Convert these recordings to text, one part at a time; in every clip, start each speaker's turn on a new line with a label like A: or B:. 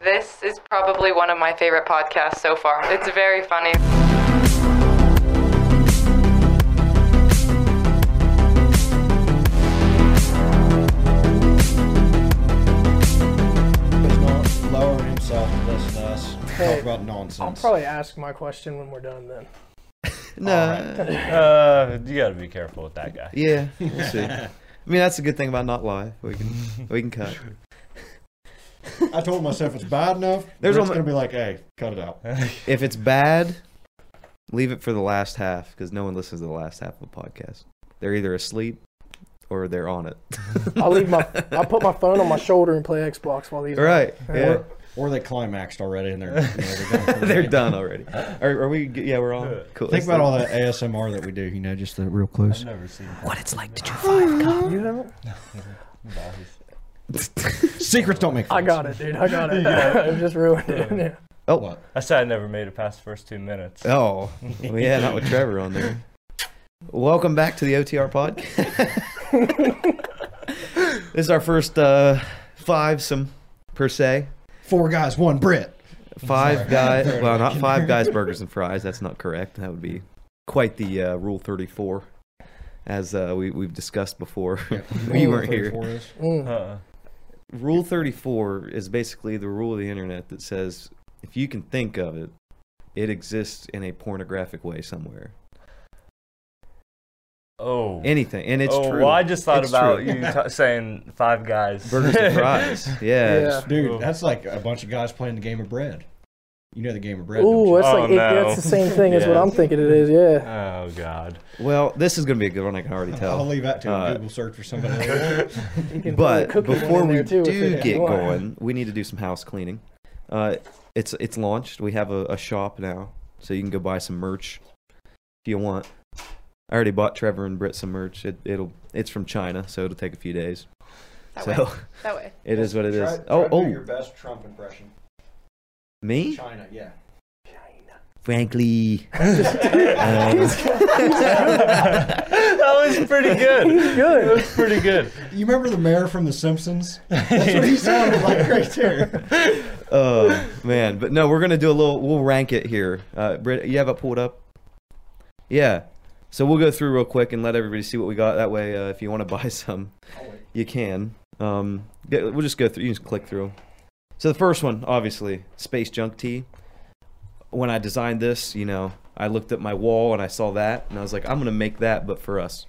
A: This is probably one of my favorite podcasts so far. It's very funny.
B: He's not lowering himself to listen to us
C: Hey,
B: talk about
C: I'll
B: nonsense.
C: probably ask my question when we're done then.
D: No.
E: Uh, you got to be careful with that guy.
D: Yeah. We'll see. I mean, that's a good thing about not live. We can we can cut.
B: I told myself it's bad enough.
D: There's
B: There's
D: only-
B: gonna be like, hey, cut it out.
D: If it's bad, leave it for the last half because no one listens to the last half of a podcast. They're either asleep or they're on it.
C: I'll leave my I'll put my phone on my shoulder and play Xbox while these
D: Right. Yeah.
B: Or, or they climaxed already and they're you know, they're, done for the
D: They're
B: day.
D: done already. Are, are we? g- Yeah, we're on. Cool.
B: Think about all that ASMR that we do. You know, just the real close.
E: I've never seen
D: What it's like to chew five cups.
C: You haven't?
B: Secrets don't make. Friends.
C: I got it, dude. I got it. I just ruined it. Yeah.
D: Oh.
B: What?
E: I said I never made it past the first two minutes.
D: Oh. Well, yeah, not with Trevor on there. Welcome back to the OTR podcast. this is our first uh, five some per se.
B: Four guys, one Brit.
D: Five
B: Sorry.
D: guys.
B: Throw it
D: Well,
B: back
D: not
B: in
D: five
B: there.
D: guys, burgers and fries. That's not correct. That would be quite the uh, rule thirty-four, as uh, we we've discussed before. we weren't here.
B: Four is.
C: Mm.
E: Uh-uh.
D: Rule thirty-four is basically the rule of the internet that says if you can think of it, it exists in a pornographic way somewhere.
E: Oh.
D: Anything, and it's
E: oh,
D: true.
E: Well, I just thought
D: It's
E: about
D: true.
E: you t- saying five guys.
D: burgers and fries. Yeah.
C: Yeah.
D: just-
B: Dude, that's like a bunch of guys playing the game of bread. You know the game of bread. don't
C: Ooh,
B: you?
C: that's
E: Oh,
C: like it,
E: no.
C: that's the same thing
D: Oh,
C: as what I'm
E: Yes.
C: thinking it is. Yeah.
E: oh God.
D: Well, this is gonna be a good one. I can already tell.
B: I'll leave that to
D: Uh,
B: a Google search for somebody. later.
C: You can throw the
D: But
C: cookie one
D: before
C: in
D: we
C: there, too, if
D: do
C: it-
D: get
C: why?
D: going, we need to do some house cleaning. Uh, it's it's launched. We have a, a shop now, so you can go buy some merch if you want. I already bought Trevor and Britt some merch. It, it'll it's from China, so it'll take a few days.
A: That
D: so
A: way. That way.
D: it is what it is.
B: Try- try
D: oh
B: to do
D: oh,
B: best Trump impression.
D: me?
B: China, yeah.
D: Frankly, Um,
E: That was pretty good.
C: Good.
E: That was pretty good.
B: You remember the mayor from The Simpsons? That's what he sounded like right there.
D: oh man, but no, we're gonna do a little. We'll rank it here. Uh, Britt, you have it pulled up. Yeah, so we'll go through real quick and let everybody see what we got. That way, uh, if you want to buy some, you can. Um, go- we'll just go through. You can just click through. So the first one, obviously, space junk tea. When I designed this, you know, I looked at my wall and I saw that, and I was like, I'm gonna make that, but for us.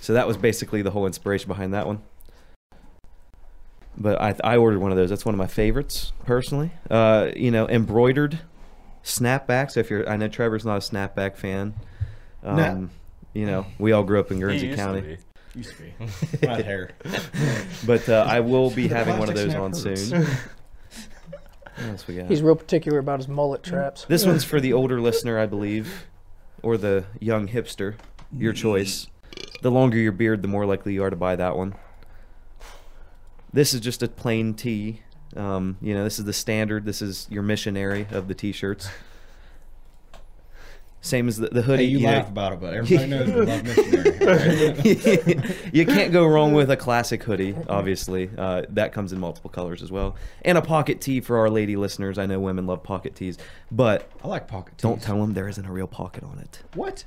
D: so that was basically the whole inspiration behind that one. But I, I ordered one of those. That's one of my favorites, personally. Uh, you know, embroidered snapback. So if you're, I know Trevor's not a snapback fan. Um,
B: No.
D: You know, we all grew up in
E: He
D: Guernsey
E: used to
D: County.
E: be.
B: Used to be. My hair.
D: But uh, I will be
B: The
D: having one of
B: plastic
D: those on
B: snap hurts.
D: soon. What else we got?
C: He's real particular about his mullet traps.
D: This one's for the older listener, I believe, or the young hipster. Your choice. The longer your beard, the more likely you are to buy that one. This is just a plain tee. Um, you know, this is the standard. This is your missionary of the t-shirts. Same as the, the
B: Hey,
D: hoodie.
B: you
D: you know,
B: laugh about it, but everybody knows we love missionary.
D: you can't go wrong with a classic hoodie, obviously. Uh, that comes in multiple colors as well. And a pocket tee for our lady listeners. I know women love pocket tees, but
B: I like pocket tees.
D: don't tell them there isn't a real pocket on it.
B: What?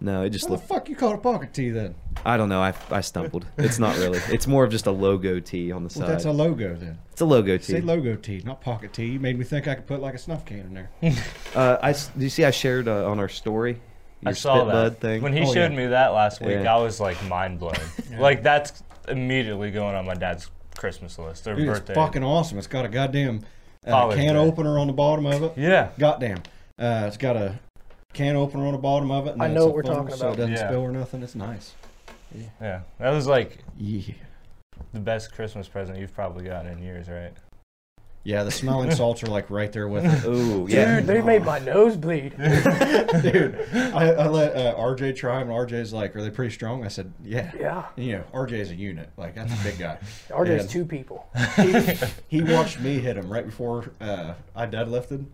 D: No, it just
B: What the
D: looks.
B: fuck you call it a pocket tee then?
D: I don't know. I, I stumbled. It's not really. It's more of just a logo tee on the
B: Well,
D: side.
B: that's a logo then.
D: it's a logo tee.
B: Say logo tee, not pocket tee. You made me think I could put like a snuff can in there.
D: uh, I s- do you see? I shared uh, on our story. Your
E: I saw
D: spit
E: that
D: bud thing.
E: When he
B: Oh,
E: showed
B: yeah.
E: me that last week,
D: Yeah.
E: I was like mind blown. Like that's immediately going on my dad's Christmas list or
B: Dude, it's
E: birthday.
B: fucking awesome. It's got a goddamn uh,
E: Olive
B: can
E: branch.
B: opener on the bottom of it.
E: yeah.
B: Goddamn. Uh, it's got a can opener on the bottom of it. And
C: I
B: then it's
C: know
B: a
C: what we're
B: funnel,
C: talking
B: So it
C: about.
B: doesn't
E: Yeah.
B: spill or nothing. It's nice.
E: Yeah. That was like
B: Yeah.
E: the best Christmas present you've probably gotten in years, right?
B: Yeah, the smelling salts are like right there with it.
D: Ooh, yeah.
C: Dude, they made my nose bleed.
B: Dude, I, I let uh, RJ try 'em, and RJ's like, "Are they pretty strong?" I said, "Yeah."
C: Yeah.
B: You know, RJ's a unit. Like that's a big guy.
C: RJ's
B: And
C: two people.
B: He watched me hit him right before uh, I deadlifted,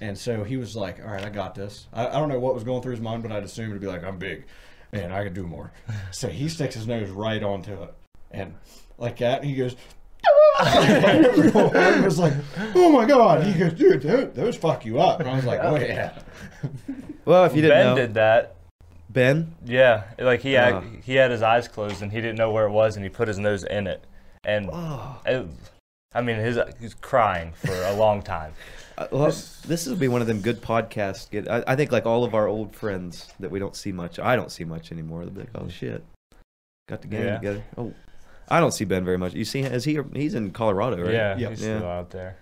B: and so he was like, "All right, I got this." I, I don't know what was going through his mind, but I'd assume it'd be like, "I'm big, and I could do more." So he sticks his nose right onto it, and like that, and he goes. Everyone was like, "Oh my god!" He goes, "Dude, tho- those fuck you up." And I was like, "Oh yeah."
D: Well, if you didn't
E: ben
D: know,
E: did that.
D: Ben,
E: Yeah, like he had,
D: Ah.
E: he had his eyes closed and he didn't know where it was and he put his nose in it and it- I mean his he's crying for a long time.
D: uh, well, this will be one of them good podcasts. Get, I, I think like all of our old friends that we don't see much. I don't see much anymore. They'll be like, "Oh shit, got the gang
E: Yeah.
D: together." Oh, I don't see Ben very much. You see, is he? He's in Colorado, right?
E: Yeah,
B: Yep.
E: he's
D: Yeah.
E: still out there.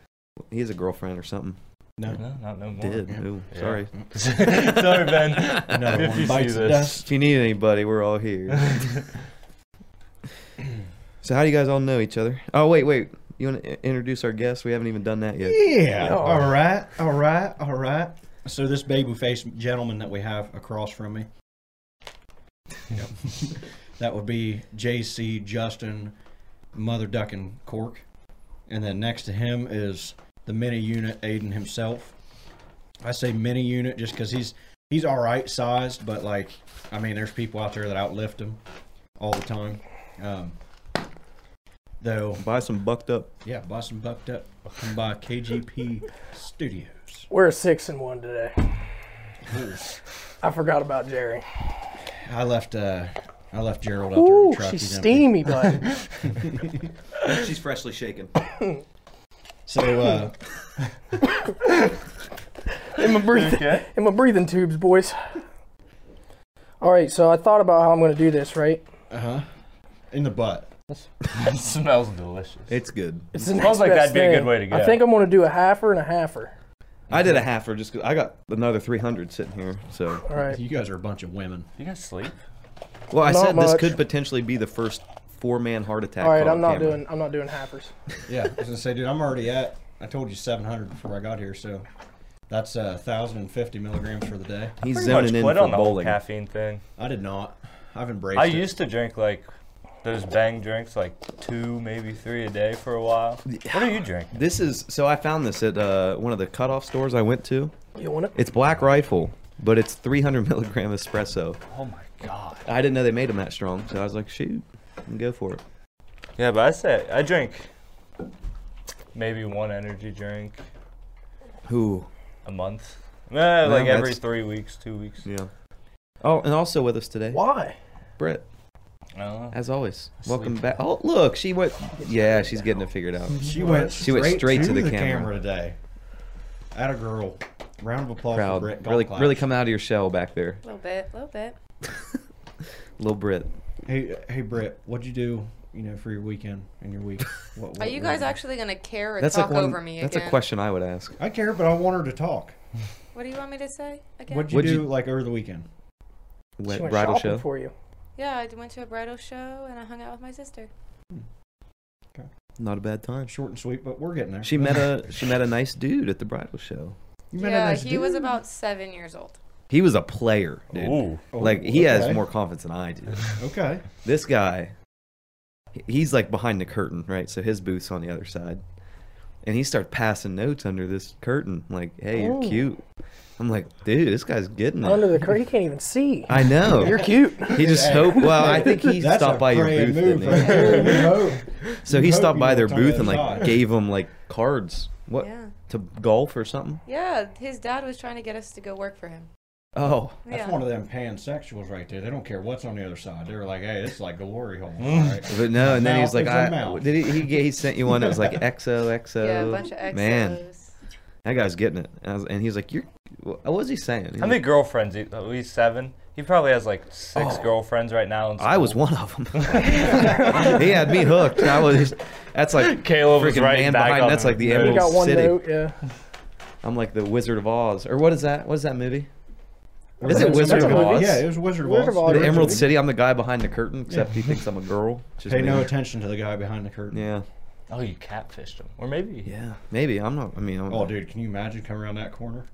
D: he has a girlfriend or something.
B: No,
E: No, not no more.
D: Did Ooh,
E: Yeah.
D: sorry.
E: Sorry, Ben.
B: another
E: If you
B: one
E: see
B: bites the
E: this.
B: dust.
D: If you need anybody, we're all here. so how do you guys all know each other? Oh wait, wait. You want to introduce our guest? We haven't even done that yet.
B: Yeah. All right. All right. All right. So this baby-faced gentleman that we have across from me, that would be J.C. Justin, mother ducking cork, and then next to him is the mini unit Aiden himself. I say mini unit just because he's he's all right sized, but like I mean, there's people out there that outlift him all the time. Um, though
D: Buy some bucked up.
B: yeah, Boston Bucked Up come by KGP Studios.
C: We're six and one today. I forgot about Jerry.
B: I left uh I left Gerald out there in
C: Ooh,
B: the truck.
C: she's
B: He's empty.
C: steamy, but
D: She's freshly shaken.
B: So uh
C: in my breathing,
E: Okay.
C: in my breathing tubes, boys. All right, so I thought about how I'm going to do this. Right?
B: uh-huh. In the butt.
E: It smells delicious.
D: It's good.
C: It's the next
E: Smells like
C: best
E: that'd be a good
C: thing.
E: way to
C: I
E: go.
C: think I'm going to do a halfer and a halfer.
D: I did a half or just 'cause I got another 300 sitting here. So,
C: All right.
B: You guys are a bunch of women.
E: you guys sleep?
D: well, I
C: Not
D: said this
C: much.
D: could potentially be the first four-man heart attack.
C: All right,
D: caught on
C: I'm not
D: camera.
C: doing I'm not doing halfers.
B: Yeah, I was gonna say, dude, I'm already at I told you seven hundred before I got here, so that's uh thousand and fifty milligrams for the day.
D: He's
E: Pretty much
D: zoning in
E: quit
D: for
E: on the whole
D: bowling.
E: caffeine thing.
B: I did not. I've embraced
E: I
B: it.
E: used to drink like those bang drinks, like two, maybe three a day for a while. What are you drinking?
D: This is so I found this at uh, one of the cutoff stores I went to.
C: You want it?
D: It's Black Rifle, but it's 300 milligram espresso.
E: Oh my god.
D: I didn't know they made them that strong, so I was like, shoot, I can go for it.
E: Yeah, but I say I drink maybe one energy drink
D: Ooh,
E: a month. Eh, like every
D: that's-
E: three weeks, two weeks.
D: yeah. Oh, and also with us today,
C: Why?
D: Brett,
E: I don't know.
D: as always. Welcome back. Oh, look, she went. Yeah, she's getting it figured out.
B: she went
D: She went straight to the camera.
B: today. At a girl. Round of applause
D: Proud,
B: for Brett
D: really,
B: Goldclaff.
D: really come out of your shell back there,
A: little bit, little bit.
D: little Brit.
B: Hey hey Brett, what'd you do, you know, for your weekend and your week? What,
A: Are
B: what-
A: you
B: what-
A: guys actually gonna care or
D: That's
A: talk
D: like one,
A: over me again?
D: That's a question I would ask.
B: I care, but I want her to talk.
A: What do you want me to say again?
B: What'd you
D: What'd
B: do
D: you-
B: like over the weekend?
C: She
D: Wet
C: went
D: bridal
C: shopping
D: show.
C: for you.
A: yeah, I went to a bridal show and I hung out with my sister.
D: Not a bad time.
B: Short and sweet, but we're getting there.
D: She met a she met a nice dude at the bridal show.
B: You met a
A: Yeah,
B: nice
A: he was
B: dude.
A: about seven years old.
D: He was a player, dude.
E: Ooh.
B: Oh,
D: Like he
B: okay.
D: has more confidence than I do.
B: Okay.
D: this guy he's like behind the curtain right so his booth's on the other side and he starts passing notes under this curtain like hey you're
C: Oh.
D: cute i'm like dude this guy's getting it
C: Under the curtain, you can't even see.
D: i know
C: You're cute.
D: he just hoped well i think he
B: That's
D: stopped
B: a
D: by your
B: praying
D: booth didn't
B: moof
D: he?
B: right there. You hope-
D: so
B: you
D: he
B: hope
D: stopped
B: you
D: by their
B: walked on the
D: booth and
B: other
D: like
B: side.
D: gave him like cards what
A: Yeah.
D: to golf or something
A: Yeah, his dad was trying to get us to go work for him.
D: oh
A: Yeah.
B: That's one of them pansexuals right there. They don't care what's on the other side. They were like, hey, this is like the glory hole. all right?
D: but no, and then he was
B: Mouth
D: like,
B: is a
D: I,
B: mouth.
D: "Did he, he? get- He sent you one that was like XOXO."
A: yeah, a bunch of exes.
D: Oh, Man, that guy's getting it. And, I was, and he was like, "You're." What was he saying? He
E: How many girlfriends? He, oh, he's seven. He probably has like six girlfriends right now. In
D: Oh. I was
E: school.
D: one of them. he had me hooked. I was. That's like
E: Caleb was
D: freaking
E: right
D: man
E: back
D: behind.
E: on
D: That's like the
E: him.
C: You got
D: Emerald
C: one
D: City.
C: note, yeah.
D: I'm like the Wizard of Oz, or what is that? What is that movie? Is
C: it Wizard of Oz?
B: Yeah, it was Wizard of Oz.
C: Wizard of Oz.
D: The Emerald
C: Originally.
D: City. I'm the guy behind the curtain, except he thinks I'm a girl. Just
B: Pay
D: me.
B: no attention to the guy behind the curtain.
D: Yeah,
E: Oh, you catfished him, or maybe.
D: yeah. Maybe I'm not. I mean, I'm,
B: Oh, dude, can you imagine coming around that corner?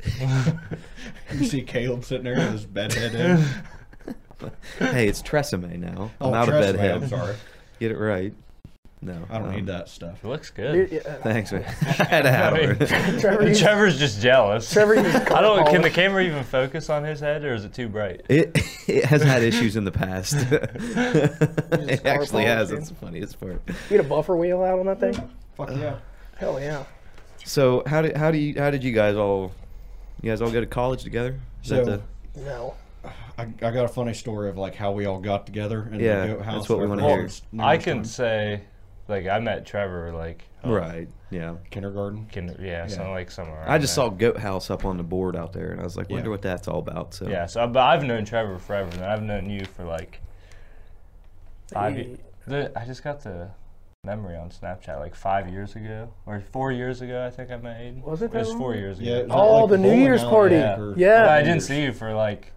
B: you see Caleb sitting there with his bed head in.
D: hey, it's Tresemme now. I'm
B: Oh,
D: out
B: trust
D: of
B: me,
D: bed.
B: I'm sorry.
D: Get it right. No,
B: I don't
D: um,
B: need that stuff.
E: He looks good.
C: Dude, yeah.
D: Thanks, man. I had to have
E: I mean,
D: her.
C: Trevor, used-
E: Trevor's just jealous.
C: Trevor used
E: I
C: car
E: don't. Can
C: polish.
E: the camera even focus on his head, or is it too bright?
D: It, it has had issues in the past. it
C: car
D: actually
C: polish,
D: has.
C: dude.
D: That's the funniest part.
C: You had a buffer wheel out on that thing?
B: Fuck
D: uh,
B: yeah.
C: Hell yeah.
D: So how did how do you how did you guys all you guys all go to college together? Is that
B: So-
D: the-
C: No.
B: I, I got a funny story of like how we all got together. And
D: Yeah,
B: the house
D: that's what we
B: over
D: wanna
B: the
D: hear.
B: years,
E: I
B: numerous
E: can
B: times.
E: say, like, I met Trevor, like,
B: uh,
E: oh,
D: right? Yeah.
B: kindergarten.
E: Kinder, yeah, so
B: Yeah.
E: like somewhere.
D: I
E: around
D: just
E: there.
D: saw Goat House up on the board out there, and I was like, wonder
B: Yeah.
D: what that's all about. So
E: Yeah, so but I've known Trevor forever, and I've known you for like five. ye-
C: Hey.
E: The, I just got the memory on Snapchat like five years ago or four years ago. I think I met Aiden.
C: Was it that
E: was
C: long
E: four
C: ago?
E: years
B: Yeah.
E: ago.
B: it was at,
C: Oh,
B: like,
C: the New
B: bowling
C: Year's
B: alley
C: party.
E: Yeah.
B: or-
C: Yeah.
E: But I
B: Years.
E: didn't see you for like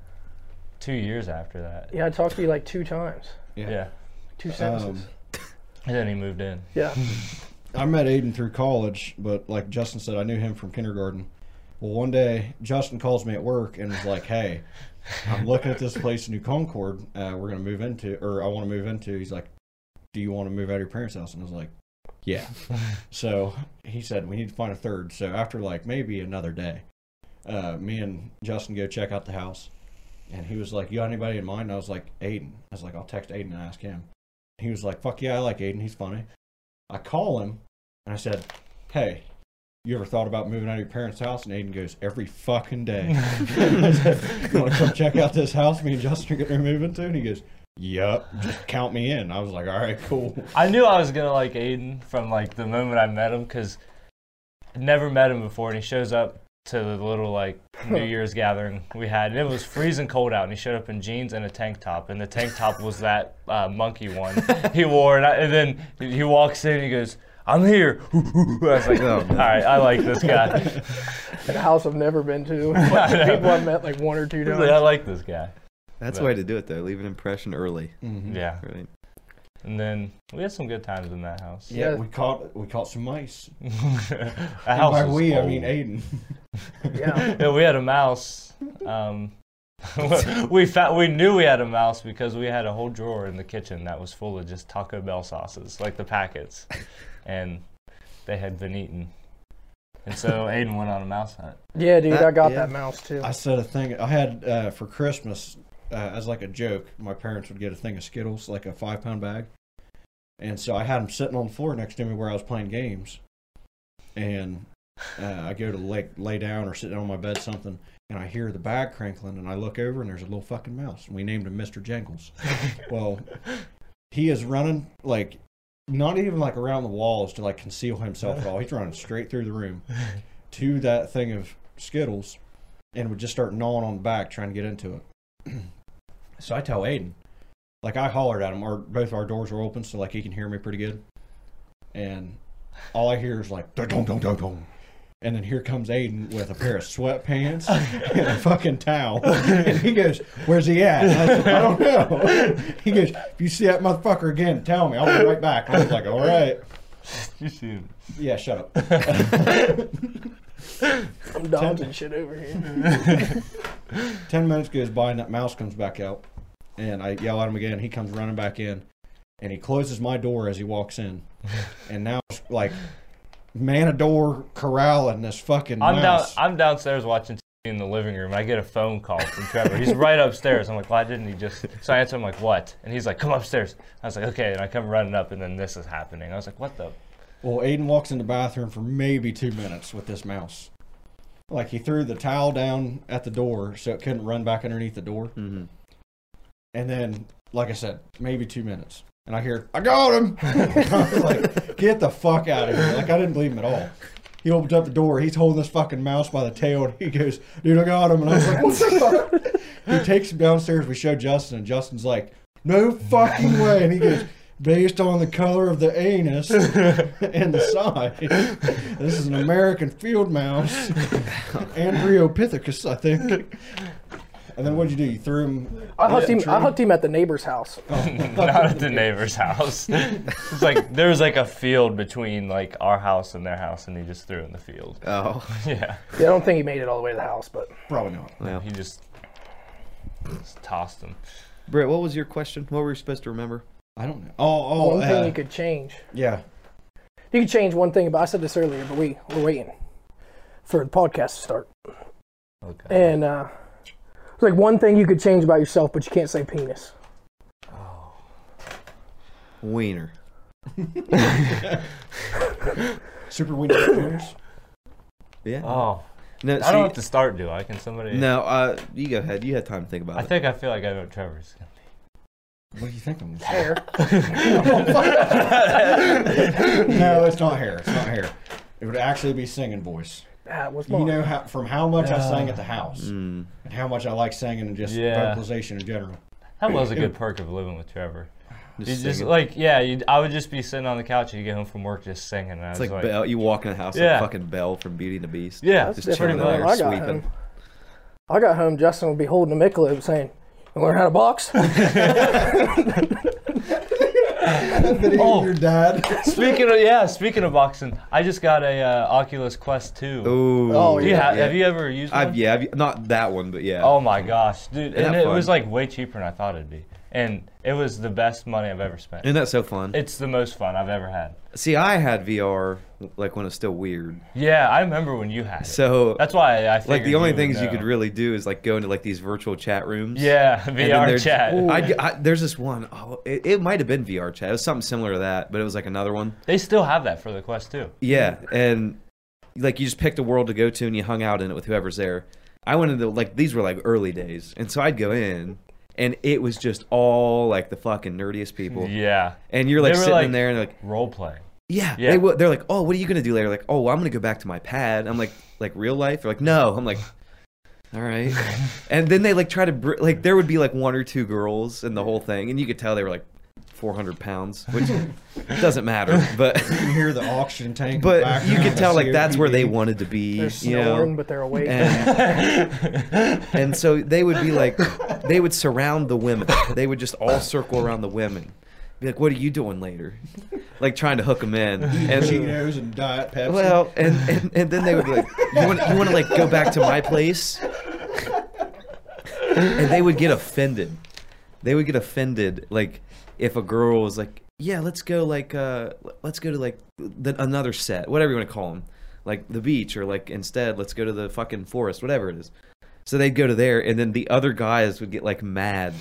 E: two years after that.
C: Yeah, I talked to you like two times.
B: Yeah.
E: Yeah,
C: Two sentences.
B: Um,
E: and then he moved in.
C: yeah.
B: I met Aiden through college, but like Justin said, I knew him from kindergarten. Well, one day Justin calls me at work and is like, "Hey, I'm looking at this place in New Concord. Uh, we're gonna move into, or I want to move into." He's like, "Do you want to move out of your parents' house?" And I was like, "Yeah." so he said, "We need to find a third. So after like maybe another day, uh, me and Justin go check out the house, and he was like, "You got anybody in mind?" And I was like, "Aiden." I was like, "I'll text Aiden and ask him." He was like, "Fuck yeah, I like Aiden. He's funny." I call him and I said, Hey, you ever thought about moving out of your parents' house? And Aiden goes, Every fucking day. I said, You want to come check out this house me and Justin are getting ready to move into? And he goes, Yup, just count me in. I was like, All right, cool.
E: I knew I was gonna like Aiden from like the moment I met him because never met him before, and he shows up to the little like New Year's gathering we had, and it was freezing cold out, and he showed up in jeans and a tank top, and the tank top was that uh, monkey one he wore, and, I, and then he walks in, and he goes. I'm here. I was like,
D: Oh, no.
E: all right, I like this guy.
C: At a house I've never been to. Like, people I've met like one or two
E: Really, I
C: times.
E: like this guy.
D: that's the way to do it though. Leave an impression early.
B: Mm-hmm.
E: Yeah.
D: Right?
E: And then we had some good times in that house.
B: Yeah,
C: Yeah.
B: we caught we caught some mice.
E: that
B: And
E: house
B: by
E: was
B: we, I
E: old.
B: mean Aiden.
C: Yeah.
E: yeah, we had a mouse. Um, we found, we knew we had a mouse because we had a whole drawer in the kitchen that was full of just Taco Bell sauces, like the packets, and they had been eaten. And so Aiden went on a mouse hunt.
C: Yeah, dude, I got
D: Yeah.
C: that mouse too.
B: I said a thing. I had uh, for Christmas uh, as like a joke. My parents would get a thing of Skittles, like a five pound bag, and so I had them sitting on the floor next to me where I was playing games, and uh, I go to lay lay down or sit down on my bed something, and I hear the bag crinkling, and I look over and there's a little fucking mouse, and we named him Mister Jingles. well, he is running like. Not even like around the walls to like conceal himself at all. He's running straight through the room to that thing of Skittles, and would just start gnawing on the back trying to get into it. so I tell Aiden, like I hollered at him, our both our doors were open, so like he can hear me pretty good. And all I hear is like dong dong dong dong dong. And then here comes Aiden with a pair of sweatpants and a fucking towel. And he goes, Where's he at? And I, said, I don't know. He goes, If you see that motherfucker again, tell me. I'll be right back. And I was like, All right.
E: You see him.
B: Yeah, shut up.
C: I'm dodging shit over here.
B: 10 minutes goes by and that mouse comes back out and i yell at him again he comes running back in and he closes my door as he walks in and now it's like man a door corralling this fucking
E: I'm down.
B: mouse
E: I'm downstairs watching TV in the living room. I get a phone call from Trevor. He's right upstairs. I'm like, why didn't he just? So I answer him like, what? And he's like, come upstairs. I was like, okay. And I come running up, and then this is happening. I was like, what the?
B: well aiden walks in the bathroom for maybe two minutes with this mouse like he threw the towel down at the door so it couldn't run back underneath the door
D: Mm-hmm.
B: and then like i said maybe two minutes and i hear i got him I was like get the fuck out of here like i didn't believe him at all He opens up the door. He's holding this fucking mouse by the tail, and he goes, "Dude, I got him!" And I was like, "What the fuck?" He takes him downstairs. We show Justin, and Justin's like, "No fucking way!" And he goes, "Based on the color of the anus and the size, this is an American field mouse, Andriopithecus, I think." And then what'd you do? You threw him.
C: I hooked
B: Yeah,
C: him. I
B: true.
C: hooked him at the neighbor's house.
B: Oh.
E: not at the neighbor's house. It's like there was like a field between like our house and their house, and he just threw it in the field.
D: Oh,
E: Yeah,
C: Yeah, I don't think he made it all the way to the house, but
B: Probably not.
D: well.
E: he just, just tossed them.
D: Britt, what was your question? What were you supposed to remember?
B: I don't know. Oh, oh,
C: one thing
B: uh,
C: you could change.
B: yeah.
C: You could change one thing about. I said this earlier, but we we're waiting for the podcast to start.
E: Okay.
C: And uh, it's like one thing you could change
E: Oh.
C: about yourself, but you can't say penis.
D: Wiener.
B: Super Weenie Juniors.
D: Yeah.
E: Oh,
D: no,
E: I don't have
D: see-
E: to start, do I? Can somebody?
D: no. Uh, you go ahead. You had time to think about
E: I
D: it.
E: think I feel like I know what Trevor's.
B: What do you think I'm saying?
C: Hair.
B: no, it's not hair. It's not hair. It would actually be singing voice.
C: Ah, what's
B: You
C: wrong?
B: know how, from how much I sang at the house
D: Mm.
B: and how much I like singing and just
E: Yeah.
B: vocalization in general.
E: That was a good perk of living with Trevor. You just
D: singing.
E: like yeah, you'd, I would just be sitting on the couch and you get home from work just singing. And I
D: It's
E: was
D: like,
E: like,
D: Belle. You walk in the house
E: Yeah.
D: like fucking Belle from Beauty and the Beast.
E: yeah,
D: Just
C: That's
D: chilling
E: pretty
C: different than
D: there
E: much.
C: when I got
D: sweeping.
C: home. I got home. Justin would be holding a Michelob, saying, "You learn how to box."
E: Oh.
B: Your dad.
E: speaking of yeah, speaking of boxing, I just got a uh, Oculus Quest Two.
D: Ooh.
C: Oh,
E: Do you
C: yeah,
E: ha- Have you ever used one?
D: I've, yeah, I've, not that one, but yeah.
E: Oh my gosh, dude!
D: Isn't
E: And
D: that
E: it was
D: fun?
E: like way cheaper than I thought it'd be, and it was the best money I've ever spent.
D: Isn't that so fun?
E: It's the most fun I've ever had.
D: See, I had VR like when it's still weird.
E: Yeah, I remember when you had it.
D: So
E: That's why I, I
D: like
E: figured
D: the only
E: would
D: things you
E: know.
D: could really do is like go into like these virtual chat rooms.
E: yeah
D: And then
E: VR
D: there's-
E: chat.
D: I, I, there's this one. Oh, it, it might have been VR chat. It was something similar to that, but it was like another one.
E: They still have that for the Quest too.
D: Yeah, and like you just picked a world to go to and you hung out in it with whoever's there. I went into like these were like early days, and so I'd go in, and it was just all like the fucking nerdiest people.
E: Yeah,
D: And you're like
E: They were,
D: sitting
E: like-
D: in there and like,
E: role playing.
D: yeah,
E: Yeah.
D: They would, they're like, oh, what are you gonna do later? Like, oh, well, I'm gonna go back to my pad. I'm like, like real life. They're like, no. I'm like, all right. and then they like try to br- like there would be like one or two girls in the whole thing, and you could tell they were like 400 pounds, which doesn't matter, but.
B: You can hear the auction tank. in the
D: But you
B: background,
D: could
B: the
D: tell like that's where they
B: COPD.
D: wanted to be,
C: They're
D: you know.
C: snoring, but they're awake.
D: And, and so they would be like, they would surround the women. They would just all circle around the women. Be like, what are you doing later? Like trying to hook them in. And,
B: Cheetos and Diet Pepsi.
D: well, and, and, and then they would be like, you want, you want to like go back to my place? And they would get offended. They would get offended. Like if a girl was like, yeah, let's go like, uh, let's go to like the, another set, whatever you want to call them. Like the beach or like instead, let's go to the fucking forest, whatever it is. So they'd go to there, and then the other guys would get like mad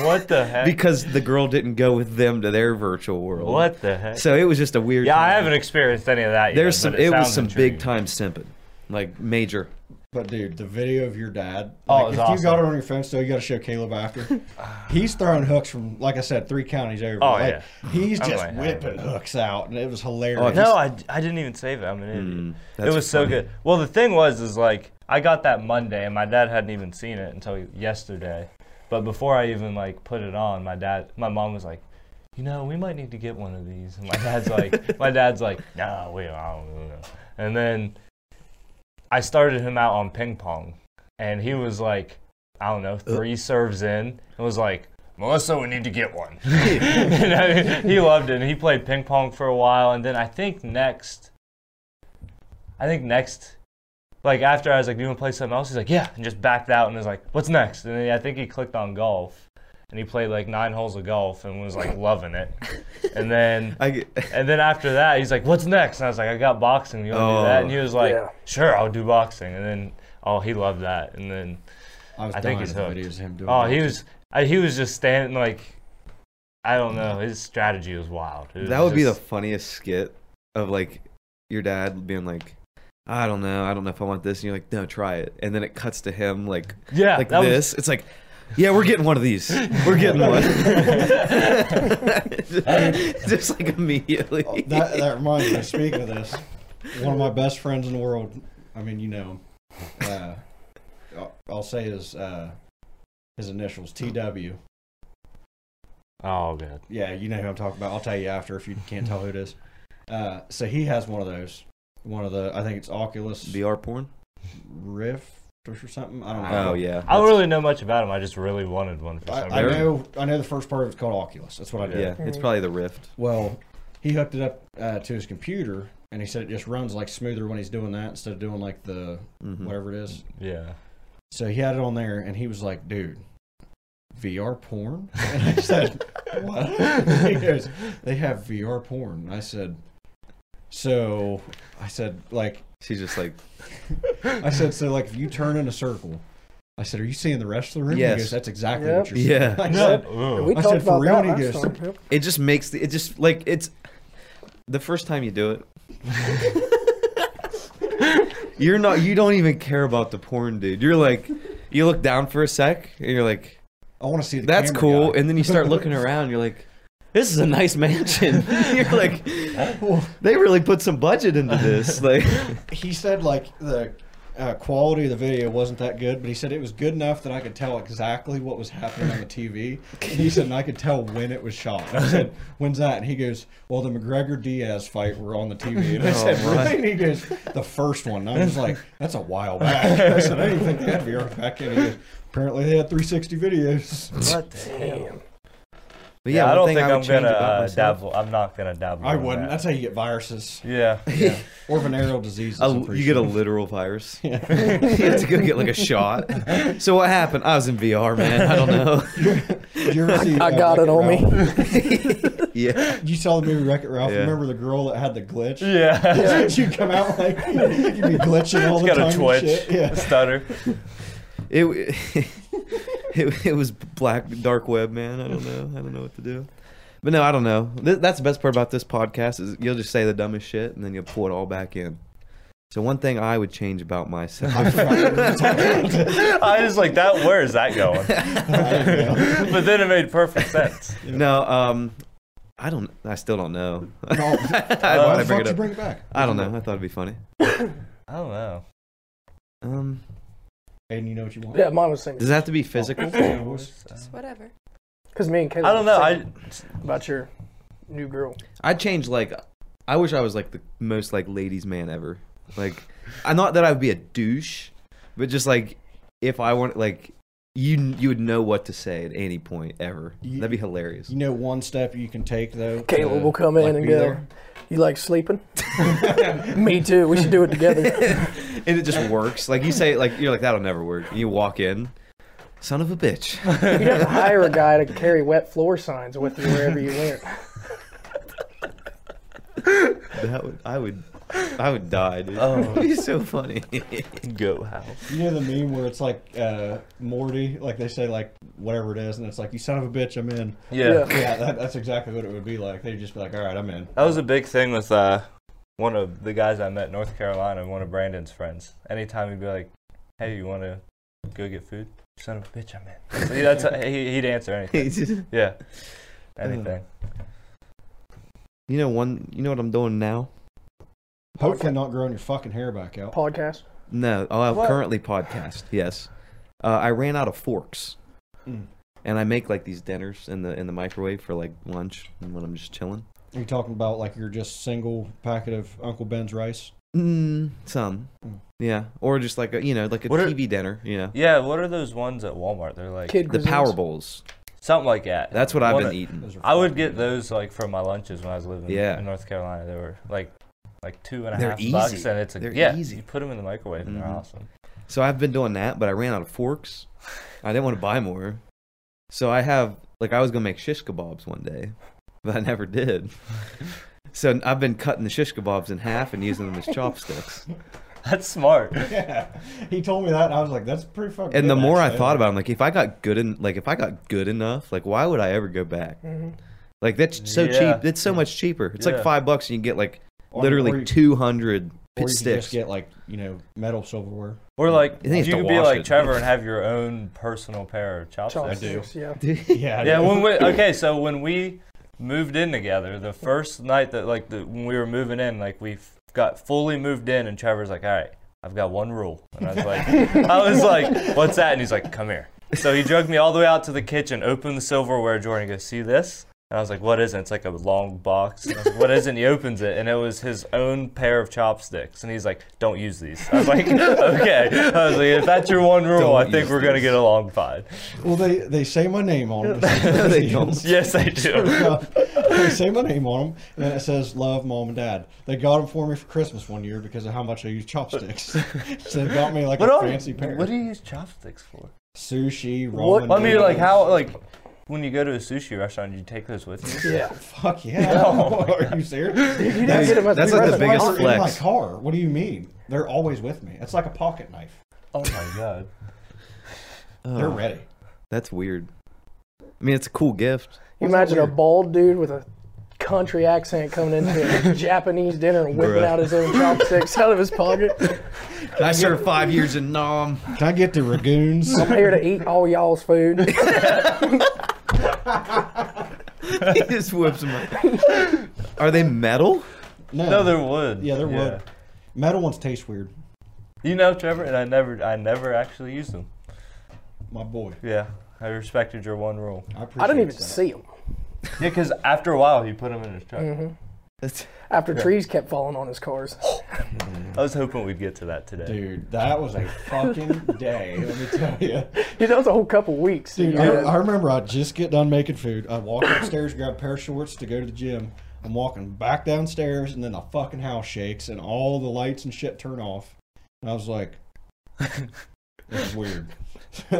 E: What the heck?
D: because the girl didn't go with them to their virtual world.
E: what the heck?
D: So it was just a weird.
E: yeah, I
D: time.
E: haven't experienced any of that yet.
D: There's
E: but
D: some.
E: It,
D: It, was
E: sounds
D: some
E: intriguing.
D: big time simping, like major.
B: But dude, the video of your dad.
E: Oh,
B: like,
E: it was
B: if you got it
E: awesome.
B: on your phone still, you got to show Caleb after. he's throwing hooks from, like I said, three counties over.
E: Oh,
B: Like, He's
E: I'm
B: just
E: like,
B: whipping hooks out, and it was hilarious.
D: Oh,
E: No, I, I didn't even save it. I'm an idiot.
D: that's
E: Mm. it was so
D: funny.
E: good. Well, the thing was, is like I got that Monday, and my dad hadn't even seen it until yesterday. But before I even like put it on, my dad, my mom was like, "You know, we might need to get one of these." And my dad's like, "My dad's like, no, we don't." I don't know." And then I started him out on ping pong, and he was like, I don't know, three serves in, and was like. Melissa, we need to get one. you know, he loved it. And he played ping pong for a while, and then I think next, I think next, like after I was like, "Do you want to play something else?" He's like, "Yeah," and just backed out and was like, "What's next?" And then I think he clicked on golf, and he played like nine holes of golf and was like loving it. And then
D: I get-
E: and then after that, he's like, "What's next?" And I was like, "I got boxing. You want to do that?"
D: Oh.
E: And he was like,
C: Yeah.
E: "Sure, I'll do boxing." And then, oh, he loved that. And then,
B: I was
E: I
B: dying
E: think
B: of
E: he's
B: the
E: hooked.
B: videos of him doing.
E: oh,
B: that.
E: he was, I, he was just standing like, I don't know, his strategy was wild. It was
D: that would be the
E: just-
D: funniest skit of like your dad being like, I don't know, I don't know if I want this, and you're like, no, try it, and then it cuts to him like,
E: yeah,
D: like
E: that was-
D: this. It's like, yeah, we're getting one of these. We're getting one. Just like immediately.
B: Oh, that, that reminds me. Speaking of this, one of my best friends in the world. I mean, you know him. Uh, I'll, I'll say his uh, his initials, TW.
E: oh god,
B: Yeah, you know who I'm talking about. I'll tell you after if you can't tell who it is. Uh, so he has one of those. One of the, I think it's Oculus
D: VR porn.
B: Rift or something. I don't know.
D: Oh yeah.
E: I don't really know much about him. I just really wanted one for some reason.
B: I, I know. I know the first part of it's called Oculus. That's what I
D: Yeah,
B: did.
D: it's probably the Rift.
B: Well, he hooked it up uh, to his computer, and he said it just runs like smoother when he's doing that instead of doing like the
E: Hmm.
D: Mhm.
B: whatever it is.
E: Yeah,
B: So he had it on there, and he was like, "Dude, VR porn." And I said, "What?" he goes, "They have VR porn." And I said, "So," I said, "Like."
D: She's just like,
B: I said, so like if you turn in a circle, I said, "Are you seeing the rest of the room?"
D: Yes.
B: He goes, "That's exactly
C: Yep.
B: what you're seeing."
D: Yeah.
B: I
E: No.
B: said,
E: Ooh.
C: We
B: I
C: talked
B: said,
C: about
B: for
C: that
B: real, he
C: last
B: goes-
C: time. Yep.
D: It just makes the, it just like it's the first time you do it. you're not you don't even care about the porn, dude. You're like you look down for a sec and you're like
B: "I want to see the
D: that's
B: camera
D: cool,
B: guy."
D: and then you start looking around. You're like, this is a nice mansion. you're like, they really put some budget into this. Like,
B: he said like the uh, quality of the video wasn't that good, but he said it was good enough that I could tell exactly what was happening on the TV. And he said and I could tell when it was shot. I said, "When's that?" And he goes, "Well, the McGregor Diaz fight were on the TV." And I said,
D: Oh, my.
B: "Really?" And he goes, "The first one." And I was like, "That's a while back." I said, "I didn't think they had VR back in." He goes, Apparently they had 360 videos.
E: What the hell?
D: but
E: Yeah, I
D: one
E: don't
D: thing
E: think
D: would
E: I'm
D: change
E: gonna
D: about
E: uh,
D: myself-
E: dabble. I'm not gonna dabble.
B: I
E: in
B: wouldn't.
E: That.
B: That's how you get viruses
E: yeah.
B: or venereal diseases.
D: A-
B: I'm pretty
D: Oh, you get a
B: sure.
D: literal virus. you have to go get like a shot. So what happened? I was in VR, man. I don't know.
B: Did you ever see,
C: I
B: uh,
C: got it
B: Wreck-It
C: on
B: Ralph?
C: me.
D: yeah.
B: You saw the movie Wreck It Ralph.
D: Yeah.
B: Remember the girl that had the glitch?
E: Yeah.
B: you come out like you'd be glitching all
E: It's
B: the
E: got
B: time.
E: a
B: and
E: twitch,
B: shit.
E: a
B: Yeah.
E: stutter.
D: It, w- it it was black dark web, man. I don't know. I don't know what to do. But no, I don't know. Th- That's the best part about this podcast is you'll just say the dumbest shit and then you'll pull it all back in. So one thing I would change about myself.
E: I was like, that. Where is that going? but then it made perfect sense.
D: No, um, I don't. I still don't know.
B: No.
D: I,
E: Why
B: Why
D: wanna
B: the
D: bring
B: fuck
D: it
B: you
D: up.
B: bring it back?
D: I don't know. I thought it'd be funny.
E: I don't know.
D: Um,
B: And you know what you want?
C: Yeah, mine was singing.
D: does it have to be physical?
A: Whatever.
C: Because me and Caleb.
E: I don't know.
C: were
E: I
C: singing about your new girl.
D: I'd change like. I wish I was like the most like ladies man ever. Like, I not that I'd be a douche, but just like if I want like you you would know what to say at any point ever.
B: You-
D: That'd be hilarious.
B: You know one step you can take though.
C: Caleb
B: to,
C: will come in
B: like,
C: and
B: be
C: go,
B: there?
C: You like sleeping? me too. We should do it together.
D: and it just works. Like you say, like you're like that'll never work. And you walk in, son of a bitch.
C: You'd have to hire a guy to carry wet floor signs with you wherever you went.
D: That would I would I would die, dude.
E: Oh.
D: That'd be so funny.
E: go house.
B: You know the meme where it's like uh, Morty, like they say like whatever it is, and it's like you son of a bitch, I'm in.
E: Yeah.
C: Yeah.
B: Yeah, that, that's exactly what it would be like. They'd just be like, all right, I'm in.
E: That was a big thing with uh, one of the guys I met in North Carolina, one of Brandon's friends. Anytime he'd be like, "Hey, you want to go get food?" Son of a bitch, I'm in. See, that's he, he'd answer anything.
D: you
E: Yeah,
D: Mm.
E: anything.
D: know one you know what I'm doing now?
B: Hopefully not growing your fucking hair back out.
C: Podcast.
D: No, oh, I
E: What?
D: currently podcast. Yes, uh, I ran out of forks,
B: Mm.
D: and I make like these dinners in the in the microwave for like lunch and when I'm just chilling.
B: Are you talking about like you're just single packet of Uncle Ben's rice?
D: Mm, some,
B: Mm.
D: yeah, or just like a, you know like a
E: What are-
D: TV dinner, you know,
E: Yeah, what are those ones at Walmart? They're like
C: Kid
D: the
C: cuisines.
D: Power Bowls.
E: something like that.
D: That's what I've
E: One
D: been
E: of-
D: eating.
B: Those are
E: I would
B: fucking-
E: get those like for my lunches when I was living
D: Yeah.
E: in North Carolina. They were like like two and a
D: They're
E: half bucks,
D: easy.
E: and it's a,
D: They're
E: yeah.
D: easy.
E: You put them in the microwave, and they're
D: Mhm.
E: awesome.
D: So I've been doing that, but I ran out of forks. I didn't want to buy more, so I have like I was gonna make shish kebabs one day, but I never did. So I've been cutting the shish kebabs in half and using them as chopsticks.
E: That's smart.
B: Yeah, he told me that, and I was like, "That's pretty fucking."
D: And the
B: good,
D: more I
B: actually.
D: thought about, it, I'm like, if I got good in, like, if I got good enough, like, why would I ever go back?
C: Mm-hmm.
D: Like, that's so
E: Yeah.
D: cheap. It's so much cheaper. It's
E: Yeah.
D: like five bucks, and you get like
B: Or-
D: literally
B: or you-
D: 200
B: or you could
D: sticks.
B: just get like you know metal silverware.
E: Or like
D: I
E: you,
D: think you have to
E: could be
D: wash
E: like
D: it.
E: Trevor and have your own personal pair of chopsticks.
C: Chopsticks. Yeah.
B: Yeah,
E: Yeah, when we okay, so when we moved in together, the first night that like the, when we were moving in, like we f- got fully moved in, and Trevor's like, "All right, I've got one rule," and I was like, "I was like, what's that?" And he's like, "Come here." So he dragged me all the way out to the kitchen, opened the silverware drawer, and he goes, "See this?" And I was like, "What is it?" It's like a long box. And I was like, what is it? And he opens it, and it was his own pair of chopsticks. And he's like, "Don't use these." I was like, "Okay." I was like, "If that's your one rule,
D: Don't
E: I think
D: use
E: we're gonna
D: these.
E: get along fine."
B: Well, they they say my name on them.
D: They don't.
E: Yes, I do.
D: Oh,
B: they say my name on them, and then it says "Love Mom and Dad." They got them for me for Christmas one year because of how much I use chopsticks. so they got me like a
E: What, are,
B: fancy pair.
E: what do you use chopsticks for?
B: Sushi,
C: What-
B: ramen.
E: Well, I mean, like
B: noodles.
E: how like when you go to a sushi restaurant, you take those with you.
C: Yeah.
B: Fuck yeah! Are you serious?
C: You didn't get him as
D: that's
C: a
D: like the
C: present.
D: biggest-
B: They're in my
D: flex.
B: car. What do you mean? They're always with me. It's like a pocket knife.
E: Oh my god.
B: They're
D: Oh,
B: ready.
D: that's weird. I mean, it's a cool gift.
C: You imagine a bald dude with a country accent coming into a Japanese dinner and whipping
D: Bruh.
C: out his own chopsticks out of his pocket.
D: I served five years in Nam.
B: Can I get the Ragoons?
C: I'm here to eat all y'all's food.
D: he just whips them. up. Are they metal?
E: No, they're wood.
B: Yeah, they're wood. Metal ones taste weird.
E: You know, Trevor, and I never, I never actually used them.
B: My boy.
E: Yeah, I respected your one rule.
B: I, appreciate
C: I didn't even
B: that.
C: see him Mm-hmm.
E: Yeah, because after a while, he put them in his truck.
B: Mm-hmm.
D: That's,
C: after trees kept falling on his cars.
E: I was hoping we'd get to that today.
B: Dude, that was a fucking day. Let me tell you.
C: Dude, that was a whole couple weeks.
B: Dude, I,
C: Yeah.
B: I remember I just get done making food. I walk upstairs, grab a pair of shorts to go to the gym. I'm walking back downstairs, and then the fucking house shakes, and all the lights and shit turn off. And I was like, "This is weird."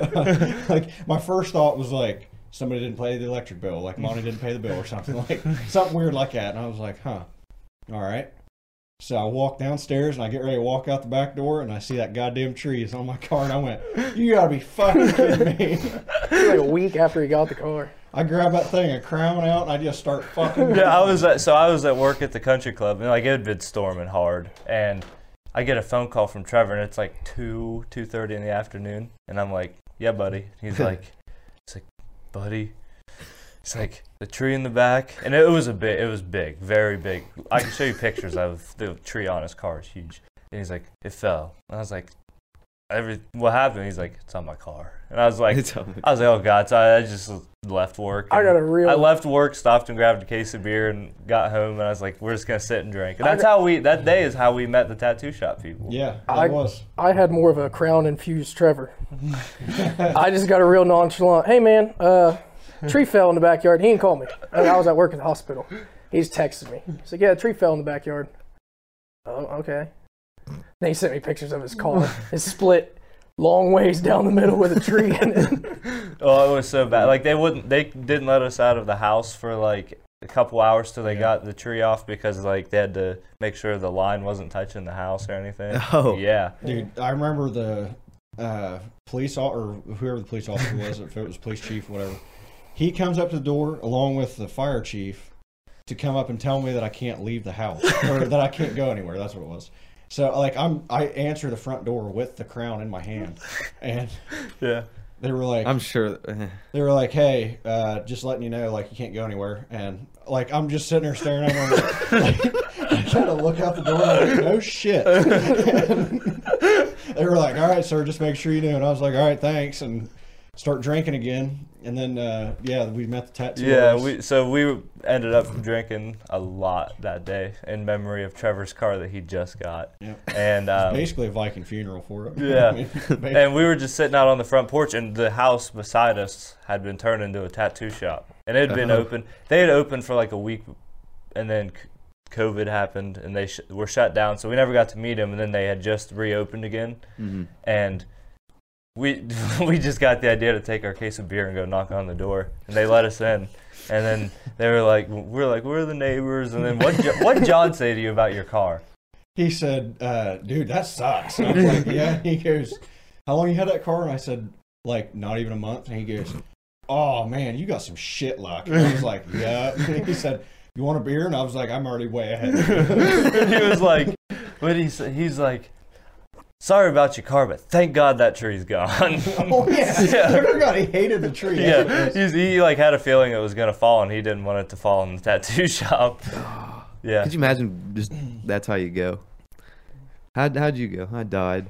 B: like my first thought was like, somebody didn't pay the electric bill, like Monty didn't pay the bill or something, like something weird like that. And I was like, "Huh, all right." So I walk downstairs and I get ready to walk out the back door and I see that goddamn tree is on my car and I went, You gotta be fucking kidding me.
C: like a week after he got the car.
B: I grab that thing, I crown out, and I just start fucking.
E: Yeah, I was at, so I was at work at the country club, and like it had been storming hard, and I get a phone call from Trevor, and it's like two two thirty in the afternoon, and I'm like, "Yeah, buddy." He's like, "It's like, buddy." It's like the tree in the back, and it was a bit. It was big, very big. I can show you pictures of the tree on his car. It's huge. And he's like, "It fell," and I was like, "Every what happened?" He's like, "It's on my car," and I was like,
D: it's on-
E: I was like, oh god, so I I just left work.
C: I
E: and-
C: got a real-
E: I left work, stopped and grabbed a case of beer, and got home. And I was like, we're just gonna sit and drink. And
C: I
E: that's
C: got-
E: how we. That day is how we met the tattoo shop people.
B: Yeah, that
C: I-
B: was.
C: I had more of a crown infused Trevor. I just got a real nonchalant. Hey man, uh, tree fell in the backyard. He didn't call me. I, I was at work in the hospital. He's texted me. He's like, yeah, a tree fell in the backyard. Oh, okay. Then he sent me pictures of his car. It's split long ways down the middle with a tree in it.
E: Oh, it was so bad. Like they wouldn't. They didn't let us out of the house for like a couple hours till they got the tree off because like they had to make sure the line wasn't touching the house or anything.
D: Oh.
E: Yeah.
B: Dude, I remember the uh, police o- or whoever the police officer was, if it was police chief, whatever. He comes up to the door along with the fire chief to come up and tell me that I can't leave the house or that I can't go anywhere. That's what it was. So like I'm, I answer the front door with the crown in my hand, and
E: Yeah.
B: they were like,
D: I'm sure. eh.
B: they were like, "Hey, uh, just letting you know, like you can't go anywhere." And like I'm just sitting there staring at them, like, I try to look out the door. and I'm like, oh shit! they were like, "All right, sir, just make sure you know." And I was like, "All right, thanks," and start drinking again. And then uh, yeah, we met the tattoo.
E: Yeah,
B: artist.
E: we, so we ended up drinking a lot that day in memory of Trevor's car that he just got.
B: Yep.
E: And um,
B: basically a Viking funeral for it.
E: Yeah.
B: Yeah,
E: and we were just sitting out on the front porch, and the house beside us had been turned into a tattoo shop, and it had been
D: Uh-huh.
E: open. They had opened for like a week, and then c- COVID happened, and they sh- were shut down, so we never got to meet them. And then they had just reopened again,
D: Mhm.
E: and we we just got the idea to take our case of beer and go knock on the door, and they let us in. And then they were like, "We're like, we're the neighbors." And then what? Jo- what John say to you about your car?
B: he said, uh, "Dude, that sucks." And I was like, "Yeah." He goes, "How long you had that car?" And I said, "Like not even a month." And he goes, "Oh man, you got some shit luck." And I was like, "Yeah." And he said, "You want a beer?" And I was like, "I'm already way ahead."
E: and he was like, "But he's he's like, sorry about your car, but thank God that tree's gone."
B: oh yeah,
E: Yeah.
B: I forgot he hated the tree. That's what it
E: yeah,
B: was.
E: he's, he like had a feeling it was gonna fall, and he didn't want it to fall in the tattoo shop. Yeah,
D: Could you imagine? Just that's how you go. How how'd you go? I died.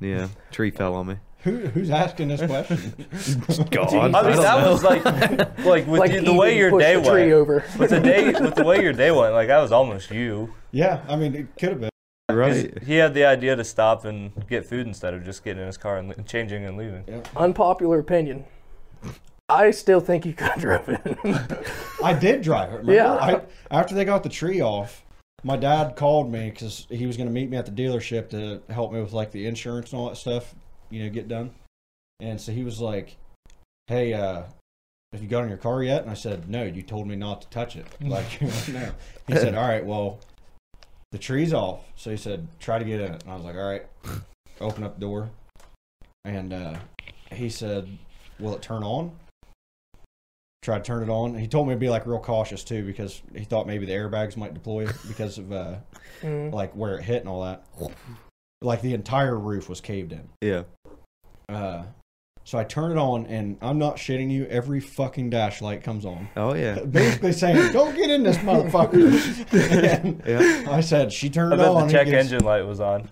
D: Yeah, tree fell on me.
B: Who, who's asking this question?
D: God,
E: I mean
D: don't
E: that
D: know.
E: was like like with
C: Like
E: the,
C: he
E: the way
C: didn't
E: your
C: push
E: day
C: the tree
E: went.
C: over.
E: With the day, with the way your day went, like that was almost you.
B: Yeah, I mean it could have been.
E: 'Cause
D: right.
E: He had the idea to stop and get food instead of just getting in his car and le- changing and leaving.
C: Unpopular opinion. I still think you could have driven.
B: I did drive it. Remember?
C: Yeah.
B: I, after they got the tree off, my dad called me because he was going to meet me at the dealership to help me with like the insurance and all that stuff, you know, get done. And so he was like, "Hey, uh, have you got in your car yet?" And I said, "No, you told me not to touch it." Like, no. He said, "All right, well, the tree's off." So he said, "Try to get in it." And I was like, "All right." Open up the door, and uh, he said, "Will it turn on?" Tried to turn it on. He told me to be like real cautious too because he thought maybe the airbags might deploy because of uh,
C: Mm.
B: like where it hit and all that. Like the entire roof was caved in.
D: Yeah.
B: Uh, so I turn it on, and I'm not shitting you. Every fucking dash light comes on,
D: Oh yeah.
B: basically saying, "Don't get in this motherfucker." And
D: Yeah.
B: I said, "She turned
E: I
B: it
E: bet
B: on."
E: the
B: he
E: check
B: gets-
E: engine light was on.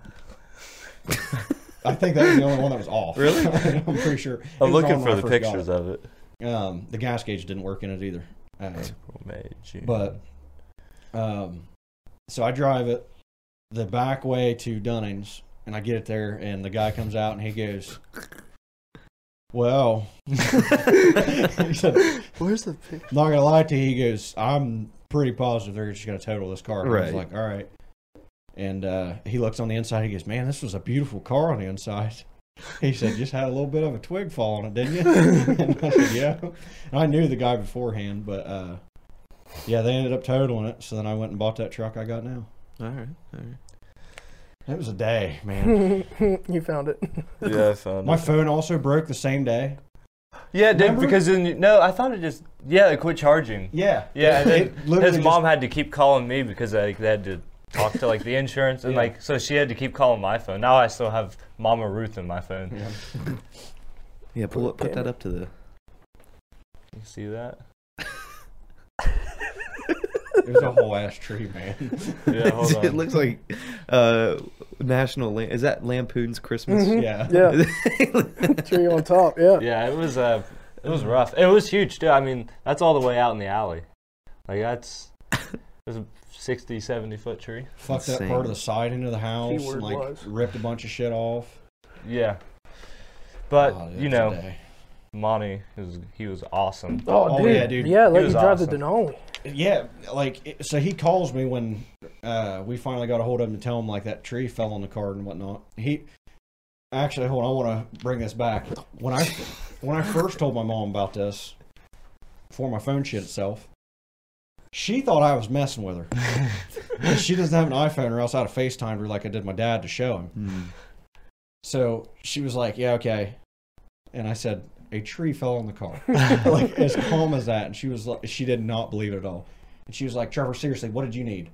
B: I think that was the only one that was off.
D: Really?
B: I'm pretty sure. It
E: I'm
B: was
E: looking
B: on when
E: for
B: I
E: the
B: first got
E: pictures of it.
B: it. Um, the gas gauge didn't work in it either. Uh,
E: April, May, June.
B: But um, so I drive it the back way to Dunning's, and I get it there, and the guy comes out and he goes, "Well," he said,
D: Where's the picture?
B: "Not gonna lie to you," he goes, "I'm pretty positive they're just gonna total this car." And I was
D: Right.
B: like, "All right." And uh, he looks on the inside. He goes, "Man, this was a beautiful car on the inside." He said, "Just had a little bit of a twig fall on it, didn't you?" and I said, "Yeah." And I knew the guy beforehand, but uh, yeah, they ended up totaling it. So then I went and bought that truck I got now.
D: All right. All right.
B: It was a day, man.
C: you found it.
E: yeah, I found
B: My
E: it.
B: phone also broke the same day.
E: Yeah, it did
B: Remember?
E: because then you- no, I thought it just yeah, it quit charging.
B: Yeah,
E: Yeah, and
B: It
E: then
B: literally
E: his mom had to keep calling me because like they had to talk to like the insurance and
B: Yeah.
E: like so she had to keep calling my phone. Now I still have Mama Ruth in my phone.
B: just- yeah.
D: Yeah. Pull it, put
C: Damn
D: that up to the.
E: You see that?
B: It was a whole ass tree, man.
E: Yeah, hold on.
D: it looks like uh, national. Lam- is that Lampoon's Christmas?
B: Yeah.
C: Yeah, tree on top. Yeah.
E: Yeah, it was uh, it was rough. It was huge too. I mean, that's all the way out in the alley. Like that's it's a 60, 70 foot tree.
B: Fucked up
D: Insane.
B: part of the side into the house,
C: Keyword
B: and like
C: was.
B: ripped a bunch of shit off.
E: Yeah, but
B: Oh, dude,
E: you
B: it was a
E: know,
B: day.
E: Monty was he was awesome.
C: Oh,
B: Oh,
C: dude.
B: yeah, dude.
C: Yeah, let
E: was
C: you drive the
E: awesome.
C: Denali.
B: Yeah, like it- so he calls me when uh, we finally got a hold of him to tell him like that tree fell on the card and whatnot. He actually hold on, I want to bring this back. When I when I first told my mom about this, before my phone shit itself, she thought I was messing with her. 'Cause she doesn't have an iPhone, or else I'd have FaceTimed her like I did my dad to show him.
D: Hmm.
B: So she was like, "Yeah, okay," and I said, "A tree fell on the car," like as calm as that. And she was like, she did not believe it at all. And she was like, "Trevor, seriously, what did you need?"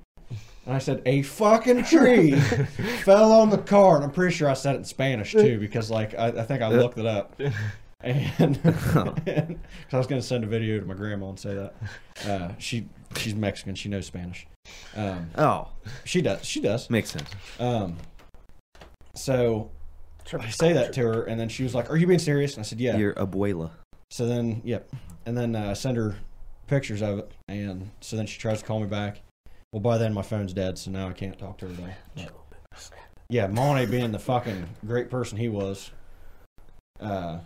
B: And I said, "A fucking tree fell on the car," and I'm pretty sure I said it in Spanish too because like I, I think I looked it up. And because I was gonna send a video to my grandma and say that uh, she she's Mexican, she knows Spanish. Um,
D: Oh,
B: she does, she does.
D: makes sense.
B: Um, so
C: Trevor,
B: I say that to her, and then she was like, "Are you being serious?" And I said, "Yeah."
D: Your abuela.
B: So then, yep. And then uh, I send her pictures of it, and so then she tries to call me back. Well, by then my phone's dead, so now I can't talk to her. Though. But- yeah, Monty, being the fucking great person he was, uh,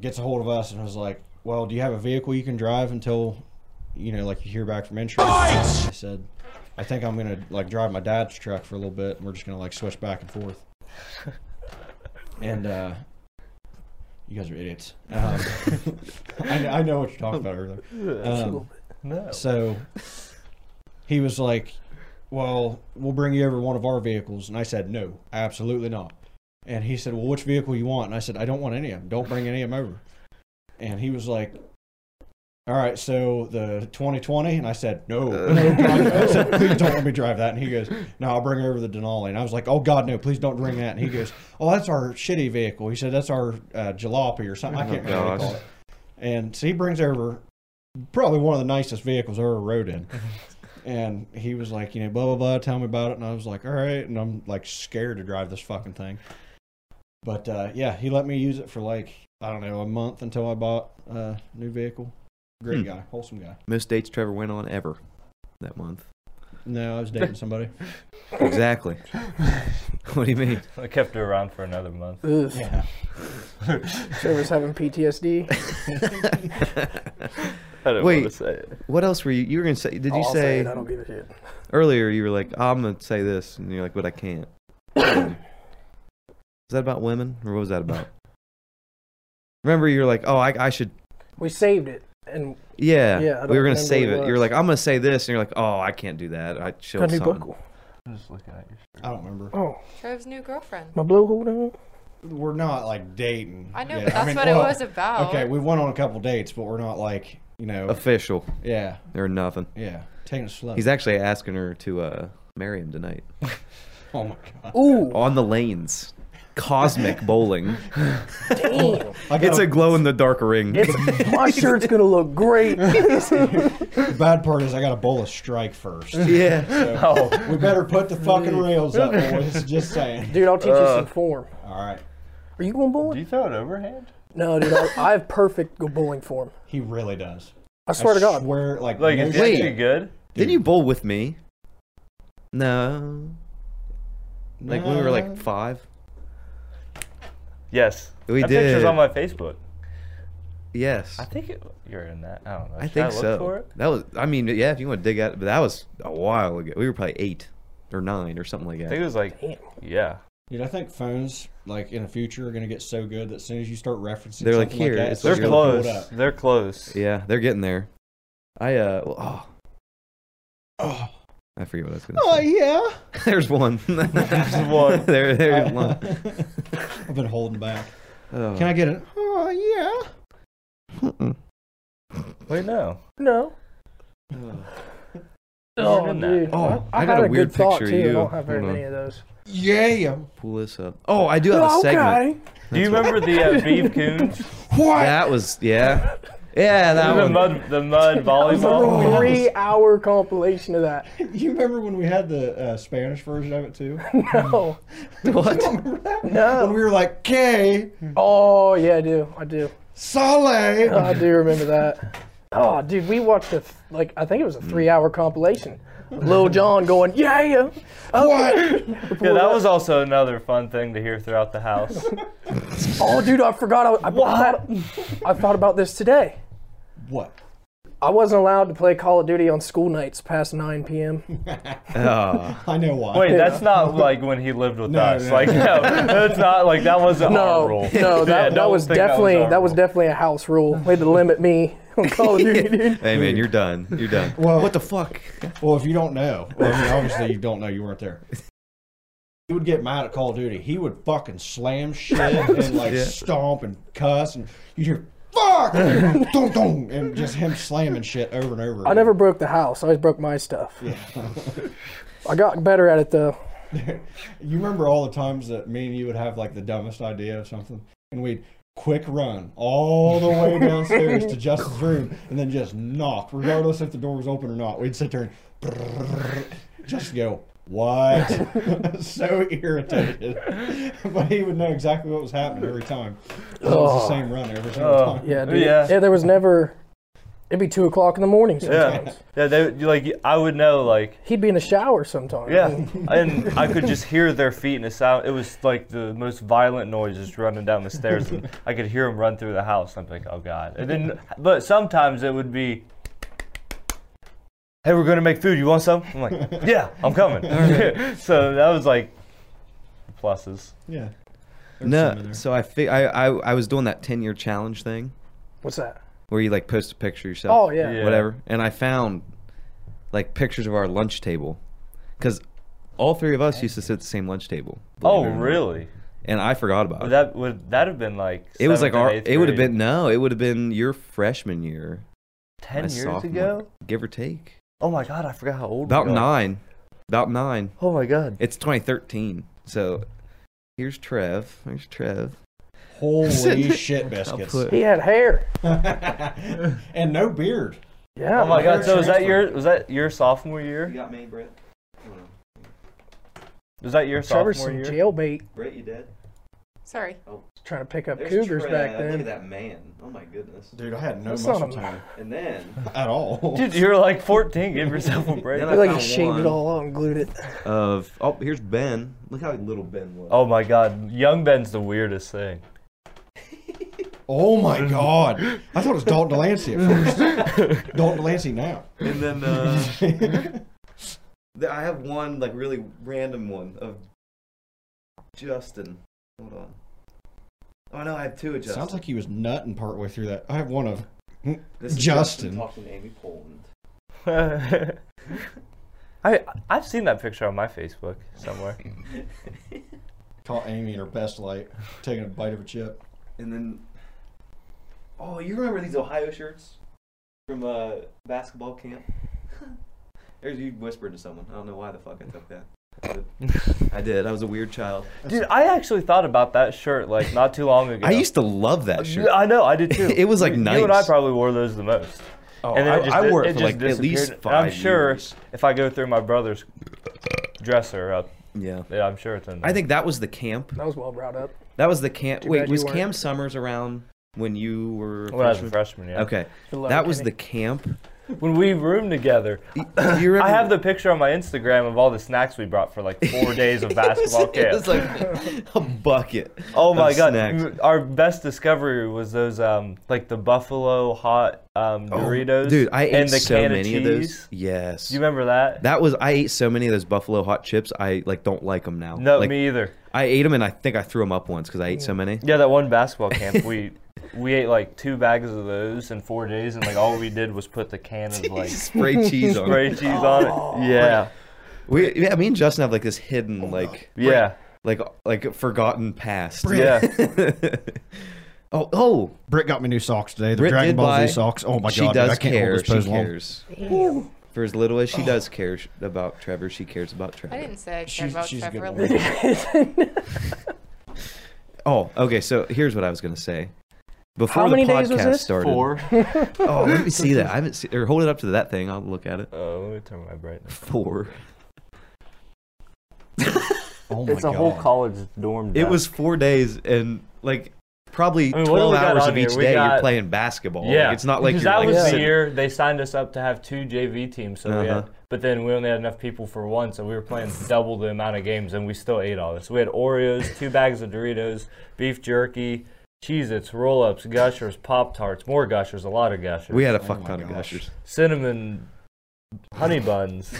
B: gets a hold of us and was like, "Well, do you have a vehicle you can drive until, you know, like you hear back from insurance?" I said, "I think I'm gonna like drive my dad's truck for a little bit, and we're just gonna like switch back and forth." and uh, you guys are idiots. Um, I, I know what you're talking about earlier. Um,
E: no.
B: so he was like, Well, we'll bring you over one of our vehicles. And I said, No, absolutely not. And he said, Well, which vehicle you want? And I said, I don't want any of them. Don't bring any of them over. And he was like, All right, so the 2020. And I said, No, no, God, no." I said, Please don't let me drive that. And he goes, No, I'll bring over the Denali. And I was like, Oh, God, no, please don't bring that. And he goes, Oh, that's our shitty vehicle. He said, That's our uh, jalopy or something. I can't remember what he
D: Oh gosh.
B: called it. And so he brings over probably one of the nicest vehicles I ever rode in. And he was like, you know, blah blah blah, tell me about it. And I was like, all right. And I'm like scared to drive this fucking thing. But uh, yeah, he let me use it for like I don't know a month until I bought a new vehicle. Great
D: Hmm.
B: guy, wholesome guy.
D: Most dates Trevor went on ever that month.
B: No, I was dating somebody.
D: Exactly. what do you mean?
E: I kept her around for another month.
C: Ugh.
B: yeah,
C: Trevor's having PTSD.
E: I don't
D: Wait.
E: want to say it.
D: what else were you? You were gonna say? Did you
C: Oh, I'll
D: say
C: it, I don't give a shit.
D: earlier? You were like, I'm gonna say this, and you're like, but I can't. Is that about women, or what was that about? Remember, you were like, oh, I, I should.
C: We saved it and
D: Yeah,
C: Yeah, I don't
D: we were gonna
C: remember
D: save
C: what it
D: it. You were
C: was.
D: like, I'm gonna say this, and you're like, oh, I can't do that. I chill.
C: got a new
D: something.
C: buckle.
E: I'm just looking at you.
B: I don't remember.
C: Oh,
A: Trev's new girlfriend.
C: my blowhole down.
B: we're not like dating.
A: I know,
B: yet.
A: but that's what it was about.
B: Okay, we went on a couple dates, but we're not like you know.
D: Official
B: yeah,
D: or nothing.
B: yeah. Taking it slow.
D: He's actually asking her to uh, marry him tonight
B: oh my god.
C: Ooh,
D: on the lanes. Cosmic bowling.
C: damn.
B: I got
D: It's a glow in the dark ring.
C: It's, my shirt's gonna look great.
B: The bad part is I got to bowl a strike first.
D: yeah.
E: Oh,
B: we better put the fucking rails up, boys. Just saying.
C: Dude, I'll teach you some form.
B: All right.
C: Are you going
E: do
C: bowling?
E: you throw it overhand?
C: No, dude, I, I have perfect go- bowling form.
B: He really does.
C: I swear to God.
B: Swear, like,
E: Like,
B: no
E: is
B: shit.
E: it actually good?
D: Didn't you bowl with me? No. Like when we were like five.
E: Yes.
D: We
E: that picture's
D: did.
E: on my Facebook.
D: Yes.
E: I think it, you're in that. I don't know.
D: I
E: Should
D: think
E: look
D: so.
E: For it?
D: That was. I mean, yeah. If you want to dig at, but that was a while ago. We were probably eight or nine or something like
E: I
D: that.
E: think it was like,
C: Damn.
E: yeah.
B: Dude, I think phones like in the future are gonna get so good that as soon as you start referencing,
D: They're like,
B: something
D: "Here,
B: that,
D: it's
B: it's
E: They're
D: Let's
B: gonna
D: go
B: pull it
E: close.
B: up."
E: They're close.
D: Yeah, they're getting there. I uh. well, Oh,
B: Oh,
D: I forget what I was gonna
B: oh
D: say.
B: yeah.
D: There's one.
E: There's one.
D: there, there's one.
B: I've been holding back.
D: Oh.
B: Can I get it? Oh yeah.
D: Mm-mm.
E: Wait, no.
C: No.
E: You're
C: Oh,
E: in
C: dude.
E: that.
D: Oh,
C: I,
D: I
C: I
D: got
C: had
D: a
C: a,
D: weird
C: good thought
D: picture
C: too.
D: of
C: I
D: you.
C: don't have very
D: Hold on.
C: many of those.
B: Yeah.
D: Pull this up. Oh, I do have a segment.
E: Do you remember the uh, beef coons?
B: What?
D: That was yeah, yeah. That
E: the
D: one.
E: mud, the mud volleyball.
B: wrong-
C: Three-hour compilation of that.
B: You remember when we had the uh, Spanish version of it too?
C: No.
D: What?
B: remember
E: Hmm.
B: that?
C: No.
B: When we were like, "K,
C: Oh yeah, I do. I do.
E: Hmm.
B: Sale."
C: I do remember that. Oh, dude, we watched a th- like I think it was a three-hour compilation. Lil John going, yeah, yeah. Oh,
E: Yeah, that was also another fun thing to hear throughout the house.
C: oh, dude, I forgot. I, I, what? I thought about this today.
B: What?
C: I wasn't allowed to play Call of Duty on school nights past 9 p.m.
D: Oh,
B: I know why.
E: Wait, that's not like when he lived with
B: No,
E: us.
B: no.
E: Like, no, that's not like that wasn't our
C: No, no,
E: rule. Yeah,
C: that, that
E: don't
C: was
E: think that was
C: definitely
E: our
C: that was
E: rule.
C: definitely a house rule. Way to limit me on Call of Duty, dude.
D: hey man, you're done. You're done.
B: Well-
D: what the fuck?
B: Well, if you don't know, well, I mean, obviously you don't know. You weren't there. He would get mad at Call of Duty. He would fucking slam shit and like
D: Yeah.
B: stomp and cuss, and you hear "fuck," dong dong, and just him slamming shit over and over.
C: I never broke the house. I always broke my stuff.
B: Yeah.
C: I got better at it though.
B: you remember all the times that me and you would have like the dumbest idea of something, and we'd quick run all the way downstairs to Justin's room, and then just knock, regardless if the door was open or not. We'd sit there and just go. What? so irritated, but he would know exactly what was happening every time. It was
C: Oh.
B: the same run every single
E: Oh.
B: time.
C: Yeah, dude.
E: Yeah.
C: there was never. It'd be two o'clock in the morning sometimes.
E: Yeah, yeah. They would- like I would know like
C: He'd be in the shower sometimes.
E: yeah, and I could just hear their feet and the sound. It was like the most violent noise just running down the stairs. And I could hear them run through the house. I'm like, oh god. And then, but sometimes it would be. Hey, we're gonna make food. You want some? I'm like, yeah, I'm coming. so that was like pluses.
B: Yeah. There's some in
D: No.
B: there.
D: So I, fi- I I I was doing that 10 year challenge thing
C: What's that?
D: where you like post a picture of yourself.
C: Oh yeah.
E: Yeah.
D: Whatever. And I found like pictures of our lunch table, because all three of us used to sit at the same lunch table. believe
E: Oh
D: it or not.
E: really?
D: And I forgot about
E: Would
D: it.
E: that would that have been like?
D: it was like
E: seventh and
D: our.
E: eighth
D: It would have
E: grade?
D: been no. It would have been your freshman year,
E: ten
D: my
E: years
D: sophomore,
E: ago.
D: give or take.
E: Oh my god, I forgot how old. we
D: About
E: are.
D: nine. About nine.
E: Oh my god.
D: It's 2013. So here's Trev. Here's Trev.
B: Holy shit biscuits.
D: put-
C: He had hair.
B: and no beard.
C: Yeah.
E: Oh my
B: Hair
E: god. So was that
B: transfer.
E: your was that your sophomore year?
D: got me, Brett.
E: Was that your
C: Trevor's
E: sophomore
C: some
E: year?
C: jailbait
D: Brett, you dead?
A: Sorry.
C: trying to pick up cougars back then.
D: uh, that man. Oh my goodness.
B: Dude, I had no
C: That's not
B: muscle
C: a-
B: tone
D: And then.
B: at all.
E: Dude, you were like 14. Give yourself a break.
D: Then
C: I
D: I
C: feel like
D: found
C: he shaved it
D: one.
C: all out and glued it.
D: Of oh, here's Ben. Look how little Ben was.
E: Oh my god, young Ben's the weirdest thing.
B: Oh my god. I thought it was Dalton Delancey at first. Dalton Delancey now.
D: And then uh, th- I have one like really random one of Justin. Hold on. Oh no, I have two of Justin.
B: Sounds like he was nutting partway through that. I have one of
D: This is
B: Justin.
D: talking to Amy Poland.
E: I I've seen that picture on my Facebook somewhere.
B: Caught Amy in her best light, taking a bite of a chip.
D: And then, oh, you remember these Ohio shirts from uh, basketball camp? There's you whispered to someone. I don't know why the fuck I took that. but I did. I was a weird child.
E: Dude, I actually thought about that shirt like not too long ago.
D: I used to love that shirt.
E: I know, I did too.
D: It was, like,
E: you, You and I
D: nice.
E: probably wore those the most.
D: Oh,
E: and then
D: I,
E: it just,
D: I
E: di-
D: wore it,
E: it
D: for
E: just
D: like at least
E: disappeared. And
D: five
E: I'm sure
D: years.
E: if I go through my brother's dresser, up,
D: Yeah.
E: yeah, I'm sure it's in there.
D: I think that was the camp.
C: That was well brought up.
D: That was the camp.
C: Too
D: Wait,
C: bad you
D: was
C: weren't.
D: Cam Summers around when you were?
E: when I was
D: freshman?
E: a freshman, yeah.
D: Okay,
C: Good luck,
D: that was
C: Kenny.
D: the camp.
E: When we roomed together,
D: Y- do you remember-
E: I have the picture on my Instagram of all the snacks we brought for like four days of basketball
D: It
E: camp.
D: was like a bucket.
E: Oh my
D: of
E: god!
D: snacks.
E: M- Our best discovery was those um like the buffalo hot um,
D: Oh,
E: Doritos.
D: Dude, I ate
E: and the
D: so
E: can
D: many
E: of,
D: of,
E: cheese.
D: those. Yes.
E: Do you remember that?
D: that was I ate so many of those buffalo hot chips. I like don't like them now.
E: no,
D: like,
E: me either.
D: I ate them and I think I threw them up once because I ate so many.
E: Yeah, that one basketball camp we we ate like two bags of those in four days, and like all we did was put the can of like
D: Spray cheese on. 'em.
E: spray cheese
D: Oh.
E: on it. Yeah,
D: We, yeah, me and Justin have like this hidden like
E: Oh, yeah.
D: like like forgotten past.
E: Yeah.
D: oh oh,
B: Britt got me new socks today. The
D: Britt
B: Dragon
D: did
B: Ball
D: buy-
B: Z socks. Oh my
D: she
B: god, dude,
D: does
B: I can't
D: care.
B: hold this
D: she
B: pose long.
D: cares. For as little as she
C: Oh.
D: does care sh- about Trevor, she cares about Trevor.
A: I didn't say I cared
B: She's-
A: about
B: she's a good
A: Trevor.
B: one.
A: Lee.
D: Oh, okay. So here's what I was gonna say. Before
C: How many
D: the podcast
C: days was this?
D: started. Oh, let me see that. I haven't seen. Or hold it up to that thing. I'll look at it.
E: Oh, let me turn my brightness.
D: Four.
B: Oh my god.
E: college dorm.
D: It was four days and like probably
E: I mean, what do
D: twelve
E: we got
D: hours
E: on
D: of
E: here?
D: each
E: We
D: day you're
E: got-
D: playing basketball.
E: Yeah,
D: Like, it's not like
E: because
D: you're
E: that
D: like
E: was the
D: sitting-
E: year they signed us up to have two JV teams. So we had,
D: Uh-huh.
E: but then we only had enough people for one, so we were playing double the amount of games, and we still ate all this. We had Oreos, two bags of Doritos, beef jerky, Cheez-Its, roll-ups, Gushers, Pop Tarts, more Gushers, a lot of Gushers,
D: We had a
B: Oh
D: fuck
B: my
D: ton of
B: gosh.
D: gushers.
E: cinnamon honey buns,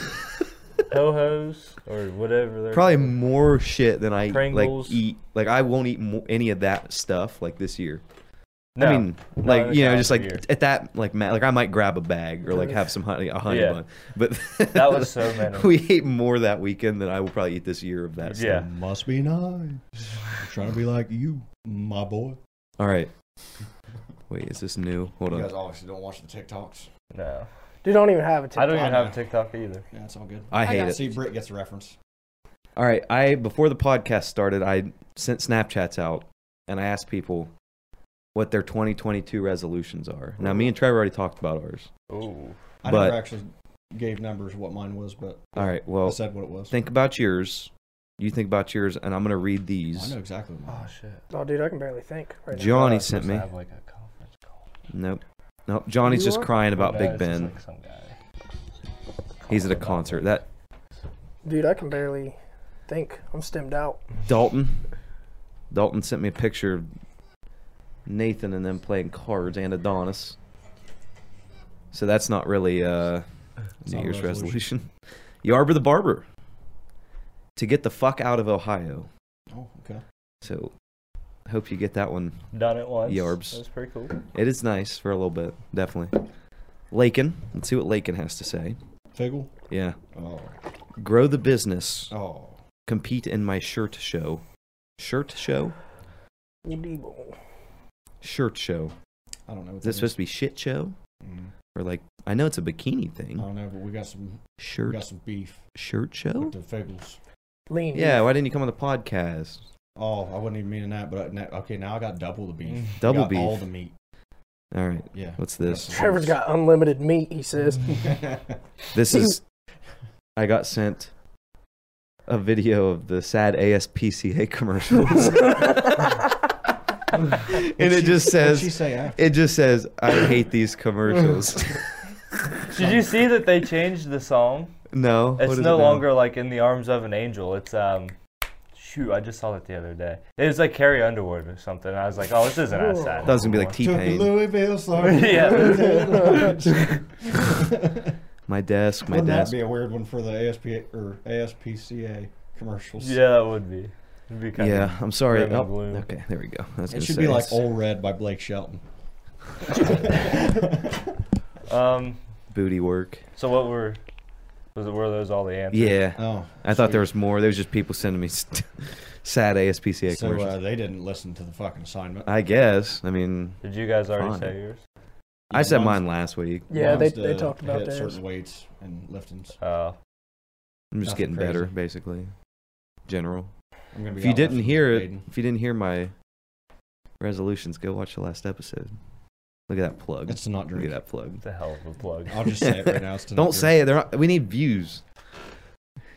E: ho hos, or whatever. They're
D: Probably more shit than I
E: Pringles.
D: like eat. Like I won't eat mo- any of that stuff like this year.
E: No.
D: I mean, like
E: that's
D: you
E: not
D: know, just
E: the
D: like
E: year.
D: at that like ma- like I might grab a bag or like have some honey a honey
E: Yeah.
D: bun, but
E: That was so many.
D: we ate more that weekend than I will probably eat this year of that.
E: yeah.
D: Stuff.
B: Must be nice. I'm trying to be like you, my boy.
D: All right. Wait, is this new? Hold
B: You
D: on.
B: guys obviously don't watch the TikToks.
E: No,
C: Dude, don't even have a
E: I
C: TikTok.
E: don't even
B: I
E: have
B: know.
E: a TikTok either.
B: Yeah, it's all good.
D: I hate
A: got
D: it.
B: See, Britt gets the reference.
D: All right, I before the podcast started, I sent Snapchats out and I asked people what their 2022 resolutions are. Now, me and Trevor already talked about ours.
E: Ooh,
B: I
D: But-
B: never actually gave numbers what mine was, but
D: All right,
B: I
D: well,
B: said what it was.
D: think about yours. You think about yours, and I'm gonna read
B: I
D: these.
B: know exactly what mine.
E: oh
B: was.
E: shit.
C: Oh, dude, I can barely think. Right now.
D: Johnny
E: Uh,
D: sent
E: supposed to
D: me.
E: have, like, a conference call.
D: Nope. Nope. Johnny's
C: You
D: just
C: are-
D: crying about
E: No,
D: Big
E: it's just,
D: Ben.
E: like, some guy.
D: He's at a concert. That
C: Dude, I can barely think. I'm stemmed out.
D: Dalton. Dalton sent me a picture of Nathan and them playing cards and Adonis. So that's not really uh,
B: It's
D: New
B: not a
D: Year's
B: resolution.
D: resolution. Yarber the barber to get the fuck out of Ohio.
B: Oh, okay.
D: So hope you get that one.
E: Done it once.
D: Yarbs.
E: That was pretty cool.
D: It is nice for a little bit, definitely. Lakin, let's see what Lakin has to say.
B: Figgle.
D: Yeah,
B: Oh,
D: grow the business.
B: oh.
D: compete in my shirt show. Shirt show?
C: Debo.
D: Shirt show.
B: I don't know. What
D: Is this
B: that is.
D: supposed to be shit show?
B: Mm,
D: Or like I know it's a bikini
B: I
D: thing.
B: don't know, but we got some. We
D: Shirt
B: got some beef
D: shirt show?
B: with the Figgles.
C: Lean.
D: Yeah, why didn't you come on the podcast?
B: Oh, I wasn't even meaning that, but I- na- okay, now I got double the beef. We
D: Mm. Double
B: got All
D: beef.
B: the meat.
D: All right.
B: Yeah.
D: What's this?
C: Trevor's got unlimited meat, he says.
D: This is I got sent a video of the sad ASPCA commercials. and it just
B: She
D: says
B: say after.
D: it just says I hate these commercials.
E: Did you see that they changed the song?
D: no. what
E: It's
D: is it
E: no
D: now?
E: longer like in the arms of an angel. It's um, shoot, I just saw it the other day. It was like Carrie Underwood or something. I was like, oh, this isn't as
D: I
E: sad.
D: thought it was gonna be like T
B: Took the
D: Pain.
B: Louisville
E: Yeah.
D: My desk, my
B: Wouldn't that
D: desk.
B: be a weird one for the ASP or ASPCA commercials?
E: yeah, that would be. It'd be kind
D: Yeah, I'm sorry.
E: grim and
D: Oh,
E: gloom.
D: okay, there we go. I was
B: It
D: gonna
B: should
D: say
B: be like
D: it's
B: Old Red by Blake Shelton.
E: Of, um,
D: booty work.
E: so what Um, were Was it, were those all the answers?
D: Yeah,
B: Oh,
D: I thought
B: sweet.
D: there was more. There was just people sending me st- sad ASPCA
B: So
D: commercials.
B: uh, they didn't listen to the fucking assignment.
D: I guess. I mean,
E: Did you guys already
D: Fine.
E: say yours?
D: I said
B: One's-
D: mine last week.
C: Yeah, they,
B: one's
C: they
B: to
C: talked about
B: hit
C: that.
B: certain weights and liftings.
E: Uh,
D: I'm just
B: Nothing
D: getting better,
B: crazy.
D: basically. General.
B: I'm gonna be
D: If you
B: out there
D: didn't
B: for
D: hear it,
B: Aiden.
D: if you didn't hear my resolutions, go watch the last episode. Look at that plug.
B: it's to not
D: Look at
B: drink.
D: that plug.
E: the hell of a plug.
B: I'll just say it right now. It's to not
D: Don't
B: drink.
D: say it. They're not, we need views.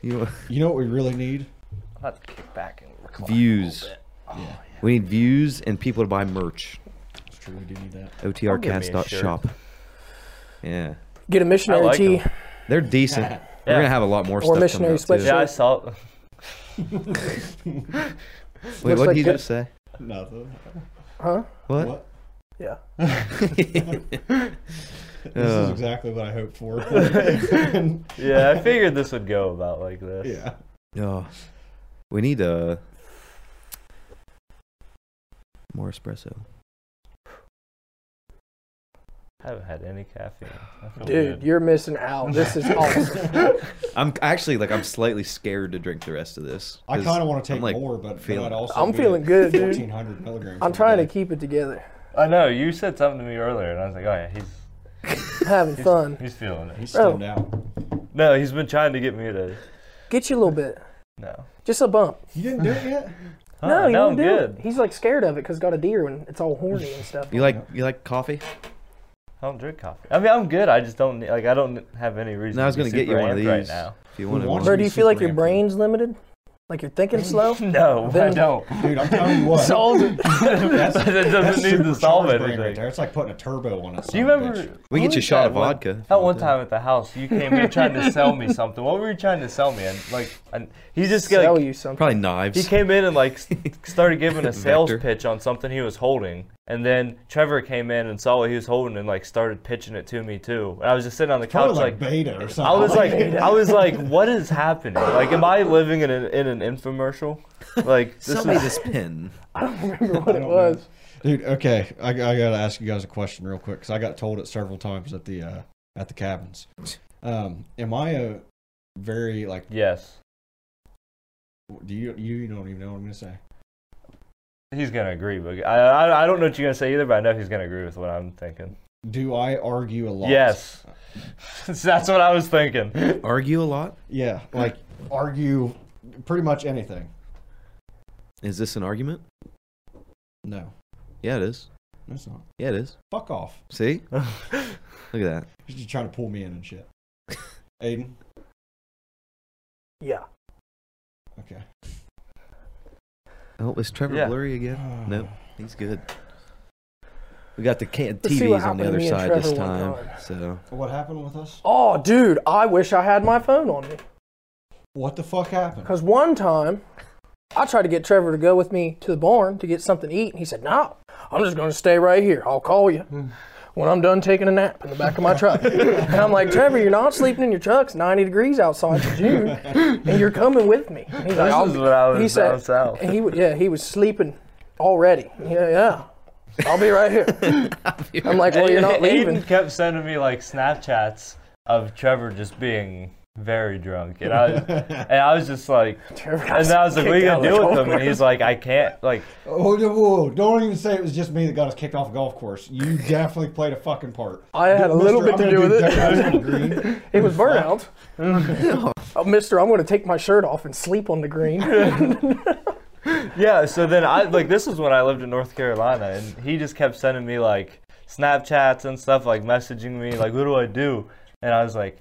D: You know,
B: You know what we really need?
E: Let's kick back and recline a little
D: Views.
E: bit.
B: Oh, Yeah,
D: we need views and people to buy merch.
B: it's true. We do need that.
E: I'll give me a shirt.
D: Otrcats.shop. Yeah,
C: Get a missionary
E: like
C: tee.
D: they're decent. We're gonna have a lot more
C: Or
D: stuff. coming
C: missionary
D: out, too.
C: sweatshirt.
E: Yeah, I saw.
D: Wait,
C: Looks
D: what
C: like
D: did you
C: that-
D: just say?
B: Nothing.
C: Huh?
D: What?
B: What?
C: Yeah.
B: This
D: Uh,
B: is exactly what I hoped for.
E: Yeah, I figured this would go about like this.
B: yeah.
D: oh, we need uh, more espresso.
E: I haven't had any caffeine. I feel
C: Dude,
E: good.
C: you're missing out. This is awesome.
D: I'm actually like I'm slightly scared to drink the rest of this.
B: I
D: 'cause
B: kind of want to take
D: I'm, like,
B: more, but
D: feeling-
B: I'd also
C: I'm
B: be
C: feeling
B: at
C: good, dude.
B: 1400 milligrams.
C: I'm trying to keep it together.
E: I know you said something to me earlier, and I was like, "Oh yeah, he's
C: Having fun.
E: he's feeling it."
B: He's stoned out.
E: No, he's been trying to get me to.
C: Get you a little bit.
E: No.
C: Just a bump.
B: You didn't do it yet?
E: Huh,
C: no, you
E: now
C: won't
E: I'm
C: do
E: good.
C: it. He's like scared of it because got a deer and it's all horny and stuff.
D: You like you like coffee?
E: I don't drink coffee. I mean, I'm good. I just don't need, like. I don't have any reason.
D: No, I was
E: to
D: gonna
E: be
D: get you
E: super
D: one of
E: amped
D: these.
E: right now.
D: If you wanted
B: wants
D: one.
C: Bro, do you feel like your
B: Super amped.
C: brain's limited? Like you're thinking slow?
E: No, I
C: Then-
E: don't.
B: Dude, I'm telling you what.
C: Solve it.
B: that's,
E: That doesn't
B: that's
E: need to
B: supercharged
E: solve
B: brain
E: anything.
B: Right there. It's like putting a turbo on a
E: Do you
B: son of a
E: remember?
B: bitch.
D: We
E: what
D: get you a
E: was
D: shot
E: that
D: of
E: one-
D: vodka if you
E: That
D: want
E: one
D: that.
E: time at the house, you came in trying to sell me something. What were you trying to sell me? And like, and he just like
C: Sell you something.
D: Probably
E: he
D: knives.
E: came in and like s- started giving a sales
D: Vector.
E: pitch on something he was holding, and then Trevor came in and saw what he was holding and like started pitching it to me too. And I was just sitting on the couch
B: Probably
E: like.
B: like, beta or something.
E: I was like, I was like, what is happening? Like, am I living in an in an infomercial? Like, this
D: Sell me
E: is
D: this pin.
C: remember what
B: I
C: it
B: don't
C: was.
B: know. Dude, okay, I, I gotta ask you guys a question real quick because I got told it several times at the uh, at the cabins. Um, am I a very like?
E: yes.
B: Do you you don't even know what I'm gonna say?
E: He's gonna agree, but I, I I don't know what you're gonna say either, but I know he's gonna agree with what I'm thinking.
B: Do I argue a lot?
E: Yes, that's what I was thinking.
D: Argue a lot?
B: Yeah, like argue pretty much anything.
D: Is this an argument?
B: No,
D: Yeah, it is.
B: that's not.
D: Yeah, it is.
B: Fuck off.
D: See? Look at that.
B: You're just trying to pull me in and shit. Aiden,
C: Yeah.
B: okay.
D: Oh, is Trevor
E: Yeah.
D: blurry again? Nope, he's good. We got the can-
C: Let's see what
D: TVs on the
C: happened to
D: other
C: me and
D: side this
C: Trevor one
D: time,
C: time.
D: so
B: What happened with us?
C: Oh, dude, I wish I had my phone on me.
B: What the fuck happened?
C: Because one time, I tried to get Trevor to go with me to the barn to get something to eat, and he said, No, I'm just going to stay right here. I'll call you when I'm done taking a nap in the back of my truck. and I'm like, Trevor, you're not sleeping in your truck. It's 90 degrees outside in June, and you're coming with me. And He's like,
E: This
C: "I'll
E: is
C: be-"
E: what I was
C: he said,
E: bounced out.
C: And he, wa- yeah, he was sleeping already. Yeah, yeah. I'll be right here. I'm like, well, you're not leaving.
E: Aiden kept sending me like Snapchats of Trevor just being very drunk, and I and I was just like,
C: Trevor got
E: and I was like, what are you
C: kicked out
E: gonna
C: of the
E: do with
C: golf
E: him? And he's like, I can't. Like,
B: Oh, whoa, whoa, don't even say it was just me that got us kicked off a golf course. You definitely played a fucking part.
C: I had a little bit to do with it.
B: it.
C: It was burnout. oh, mister, I'm going to take my shirt off and sleep on the green.
E: yeah. So then I like this was when I lived in North Carolina, and he just kept sending me like Snapchats and stuff, like messaging me, like, what do I do? And I was like.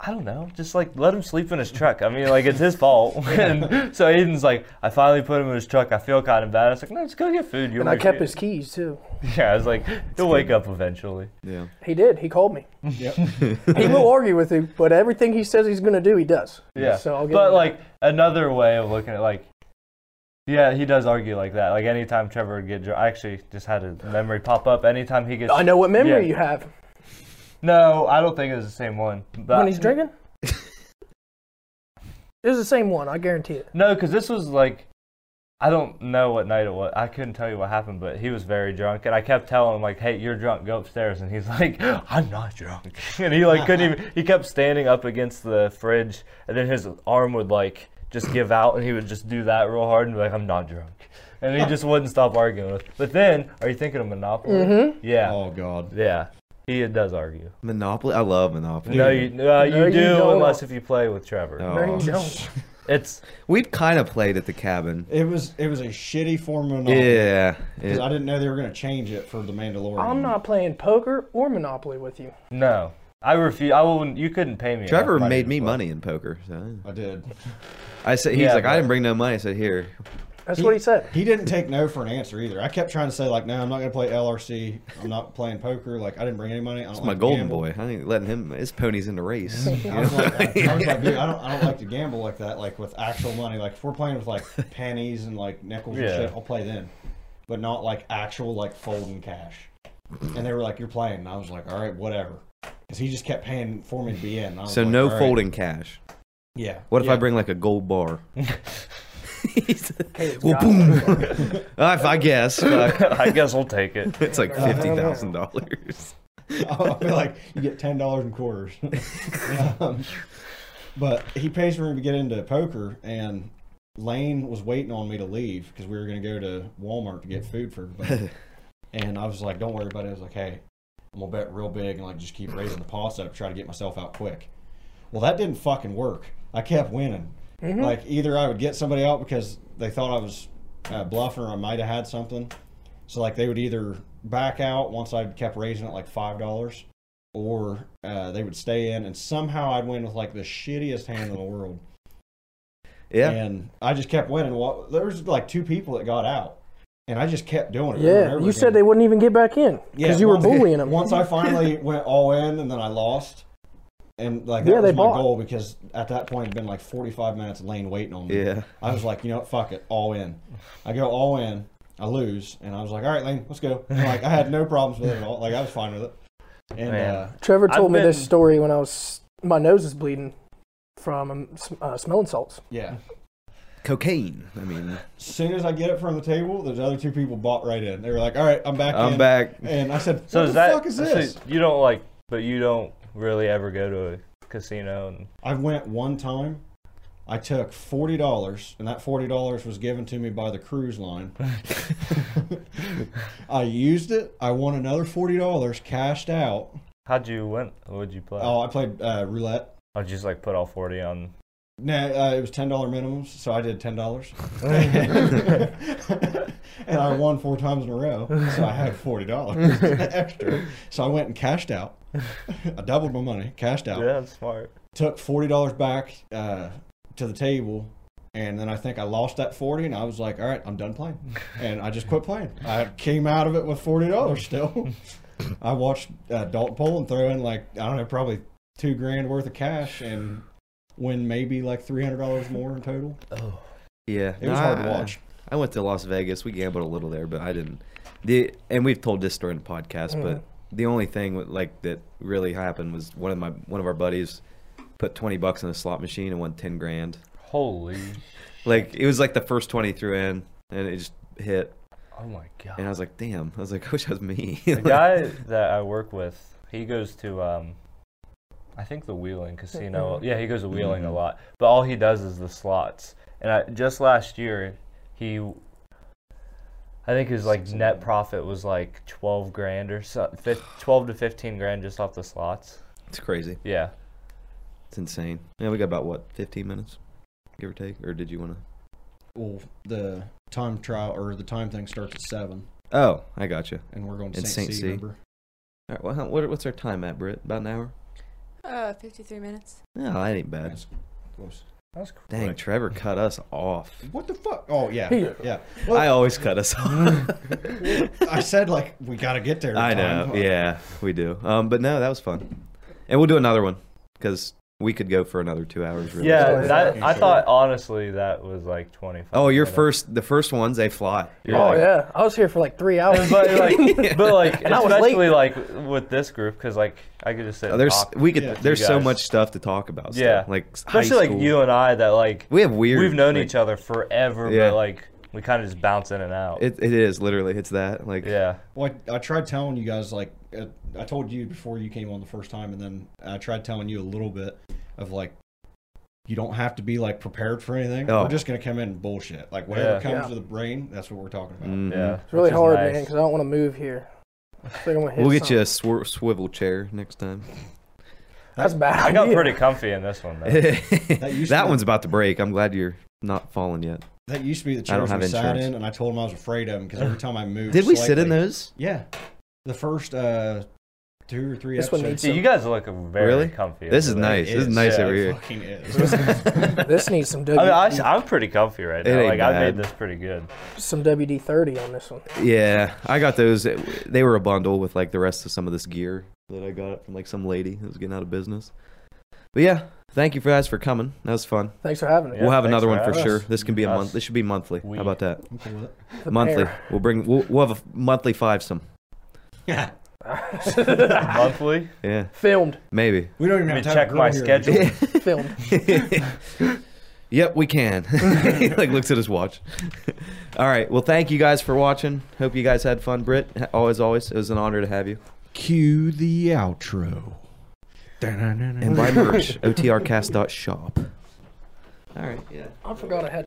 E: I don't know. Just like let him sleep in his truck. I mean, like it's his fault. and so Aiden's like, I finally put him in his truck. I feel kind of bad. I was like, no, just go get food. You
C: And I
E: want me to
C: kept
E: get-"
C: his keys too.
E: Yeah, I was like, he'll wake up eventually.
D: yeah.
C: He did. He called me.
B: Yep.
C: He will argue with you, but everything he says he's going to do, he does.
E: Yeah.
C: So I'll give
E: but
C: him-
E: like another way of looking at like, yeah, he does argue like that. Like anytime Trevor would get drunk, I actually just had a memory pop up. Anytime he gets,
C: I know what memory
E: Yeah.
C: you have
E: no, I don't think it was the same one. But
C: when he's drinking. it was the same one. I guarantee it.
E: No, because this was like I don't know what night it was. I couldn't tell you what happened, but he was very drunk, and I kept telling him like, "Hey, you're drunk. Go upstairs." And he's like, "I'm not drunk," and he like couldn't even. He kept standing up against the fridge, and then his arm would like just give out, and he would just do that real hard and be like, "I'm not drunk," and he just wouldn't stop arguing with. But then, are you thinking of Monopoly? Mm-hmm. Yeah,
B: Oh God.
E: yeah. He does argue.
D: Monopoly. I love Monopoly.
E: No, you, uh, you
C: No, you
E: do
C: don't.
E: unless if you play with Trevor.
D: Oh.
C: No, you don't.
E: It's
D: We kind of played at the cabin.
B: It was it was a shitty form
C: Oh.
B: of monopoly.
D: Yeah.
B: 'Cause
D: it-
B: I didn't know they were gonna change it for the Mandalorian.
C: I'm not playing poker or Monopoly with you.
E: no. I refuse. I wouldn't. You couldn't pay me. enough
D: Trevor
E: money
D: made
E: to
D: me
E: play.
D: money in poker. So.
B: I did.
D: I said he's
E: Yeah,
D: like I
E: but-
D: didn't bring no money. I said here.
C: That's what he said.
B: He didn't take no for an answer either. I kept trying to say like, no, I'm not gonna play LRC. I'm not playing poker. Like I didn't bring any money. I don't
D: It's
B: like
D: my
B: to
D: golden
B: gamble.
D: boy. I ain't letting him. His pony's in the race. You
B: I
D: know?
B: was like, I, I was like, dude, I don't, I don't like to gamble like that, like with actual money. Like if we're playing with like pennies and like nickels and
E: Yeah.
B: shit, I'll play then, but not like actual like folding cash. And they were like, "You're playing," and I was like, "All right, whatever," because he just kept paying for me to be in. and I was
D: So
B: like,
D: no
B: "All right."
D: folding cash.
B: Yeah.
D: What if
B: yeah.
D: I bring like a gold bar? He's-
C: Okay, it's
D: well,
C: got-
D: boom. Uh, if I guess, fuck.
E: I guess I'll take it.
D: it's like
C: I don't
D: fifty
C: know.
D: thousand dollars.
B: I feel like you get ten dollars in quarters. um, but he pays for me to get into poker, and Lane was waiting on me to leave because we were going to go to Walmart to get food for everybody. and I was like, "Don't worry about it." I was like, "Hey, I'm gonna bet real big and like just keep raising the pos up, try to get myself out quick." Well, that didn't fucking work. I kept winning. Like either I would get somebody out because they thought I was uh, bluffing, or I might have had something. So like they would either back out once I kept raising it like five dollars, or uh, they would stay in, and somehow I'd win with like the shittiest hand in the world.
D: Yeah.
B: And I just kept winning. Well, there was like two people that got out, and I just kept doing it. over and
C: Yeah,
B: over
C: you said they
B: again.
C: wouldn't even get back in because you were
B: once-
C: bullying them.
B: Once I finally went all in, and then I lost. And like that
C: Yeah,
B: was
C: they
B: my
C: bought.
B: goal because at that point it'd been like 45 minutes of lane waiting on me.
D: Yeah.
B: I was like, you know what, fuck it, all in. I go all in, I lose, and I was like, all right, Lane, let's go. And, like I had no problems with it at all. Like I was fine with it. And
E: Man.
B: uh,
C: Trevor told
E: I've
C: me this
E: been-
C: story when I was my nose was bleeding from um, s- uh, smelling salts.
B: yeah,
D: Cocaine. I mean,
B: as soon as I get it from the table, those other two people bought right in. They were like, all right, I'm back.
D: I'm
B: in.
D: back.
B: And I said,
E: So
B: what
E: is
B: the
E: that?
B: fuck is
E: so
B: this?
E: you don't like, but you don't really ever go to a casino and
B: I went one time. I took forty dollars, and that forty dollars was given to me by the cruise line. I used it. I won another forty dollars, cashed out.
E: how'd you win? What'd you play?
B: Oh, I played uh, roulette.
E: I just like put all forty on.
B: Nah, uh, it was ten dollar minimums, so I did ten dollars, and I won four times in a row, so I had forty dollars extra. So I went and cashed out. I doubled my money, cashed out.
E: Yeah, that's smart.
B: took forty dollars back uh, to the table, and then I think I lost that forty, and I was like, "All right, I'm done playing," and I just quit playing. I came out of it with forty dollars still. I watched uh, Dalton Poland throw in like I don't know, probably two grand worth of cash and win maybe like three hundred dollars more in total.
D: Yeah,
B: It was
D: no,
B: hard to
D: I-
B: watch.
D: I went to Las Vegas. We gambled a little there, but I didn't. The and we've told this story in the podcast, but the only thing with- like that really happened was one of my one of our buddies put twenty bucks in a slot machine and won ten grand.
E: Holy!
D: Like it was like the first twenty threw in, and it just hit.
E: Oh my
D: And I
E: god.
D: was like, damn. I was like, I wish that was me.
E: The guy that I work with, he goes to um, I think the Wheeling
D: Mm-hmm.
E: Casino. Yeah, he goes to Wheeling a lot, but all he does is the slots. And I, just last year, he, I think his like net profit was like twelve grand or so, fif- twelve to fifteen grand just off the slots.
D: it's crazy.
E: Yeah.
D: It's insane. Yeah, we got about what fifteen minutes, give or take. Or did you want to?
B: Well, the time trial or the time thing starts at seven,
D: Oh, I got you.
B: and we're going to
D: In
B: St.
D: St.
B: C.
D: C.
B: Remember?
D: All right. Well, how, what, what's our time at, Britt? About an hour?
F: Uh, 53 minutes.
D: No, that ain't bad.
B: That's close.
E: That's
D: Dang, Trevor cut us off.
B: What the fuck? Oh yeah,
C: He-
B: yeah.
D: I always cut us off.
B: I said like we gotta get there. in
D: I
B: time.
D: know. Yeah, we do. Um, but no, that was fun, and we'll do another one because we could go for another two hours. Really.
E: Yeah,
C: Sorry.
E: that, I
B: Sorry.
E: thought honestly that was like 25.
D: Oh, your
E: minutes.
D: first, the first ones they fly. You're
E: Yeah.
C: Oh
D: like,
C: yeah, I was here for like three hours.
E: But like, but like
C: I was late.
E: especially like with this group because like I could just sit.
D: oh,
E: and
D: there's
E: talk.
D: we could.
B: Yeah, to
D: there's
E: you
D: so
E: guys.
D: much stuff to talk about. still.
E: Yeah.
D: like high
E: especially like
D: school.
E: you and I that like
D: We have weird.
E: we've known
D: like-
E: each other forever,
D: Yeah.
E: but like We kind of just bounce in and out.
D: It, it is literally. It's that. Like
E: yeah.
B: Well, I, I tried telling you guys like uh, I told you before you came on the first time, and then I tried telling you a little bit of like you don't have to be like prepared for anything.
D: Oh.
B: We're just gonna come in and bullshit. Like whatever
E: Yeah.
B: comes
C: Yeah.
B: to the brain, that's what we're talking about.
D: mhm.
E: Yeah.
C: It's really
E: which is
C: hard, man,
E: nice.
C: because I don't want to move here. I think I'm gonna hit
D: We'll get you
C: something.
D: a swir- swivel chair next time.
C: That's bad.
E: I got
C: idea.
E: pretty comfy in this one. Though.
D: that
B: used to be-
D: one's about to break. I'm glad you're not falling yet.
B: That used to be the
D: I don't
B: chairs
D: have
B: we sat
D: insurance.
B: in, and I told him I was afraid of them because every time I moved,
D: Did we sit in
B: slightly-
D: those?
B: Yeah, the first uh, two or three
C: This one
B: episodes.
E: See, you guys look very
D: Really?
E: comfy.
D: This is
E: over there.
D: nice.
B: It
D: This is nice
E: yeah,
D: over
B: It
D: here.
B: fucking is.
C: this needs some
E: I mean,
C: W,
E: I, am pretty comfy right
D: It
E: now.
D: ain't
E: Like I made
D: bad.
E: this pretty good.
C: some WD thirty on this one.
D: Yeah, I got those. They were a bundle with like the rest of some of this gear that I got from like some lady that was getting out of business. But yeah, thank you guys for coming. That was fun.
C: Thanks for having me.
E: Yeah,
D: we'll have
E: thanks
D: another
E: for
D: one for
E: having
D: sure.
E: us.
D: This can be a
E: Us.
D: month. This should be monthly.
E: We.
D: How about that?
B: I'm cool with it.
C: The
D: monthly.
C: pair.
D: We'll bring. We'll, we'll have a monthly fivesome.
B: Yeah,
E: Monthly.
D: Yeah,
C: Filmed,
D: maybe.
B: we don't even have
E: Let me
B: time
E: check
B: to
E: my
B: grill here.
E: schedule.
C: filmed.
D: yep, we can. he like looks at his watch. All right. Well, thank you guys for watching. Hope you guys had fun, Britt. Always, always, it was an honor to have you.
B: Cue the outro. Dun-dun-dun-dun.
D: And buy merch, otrcast.shop. All right. Yeah.
C: I forgot I had.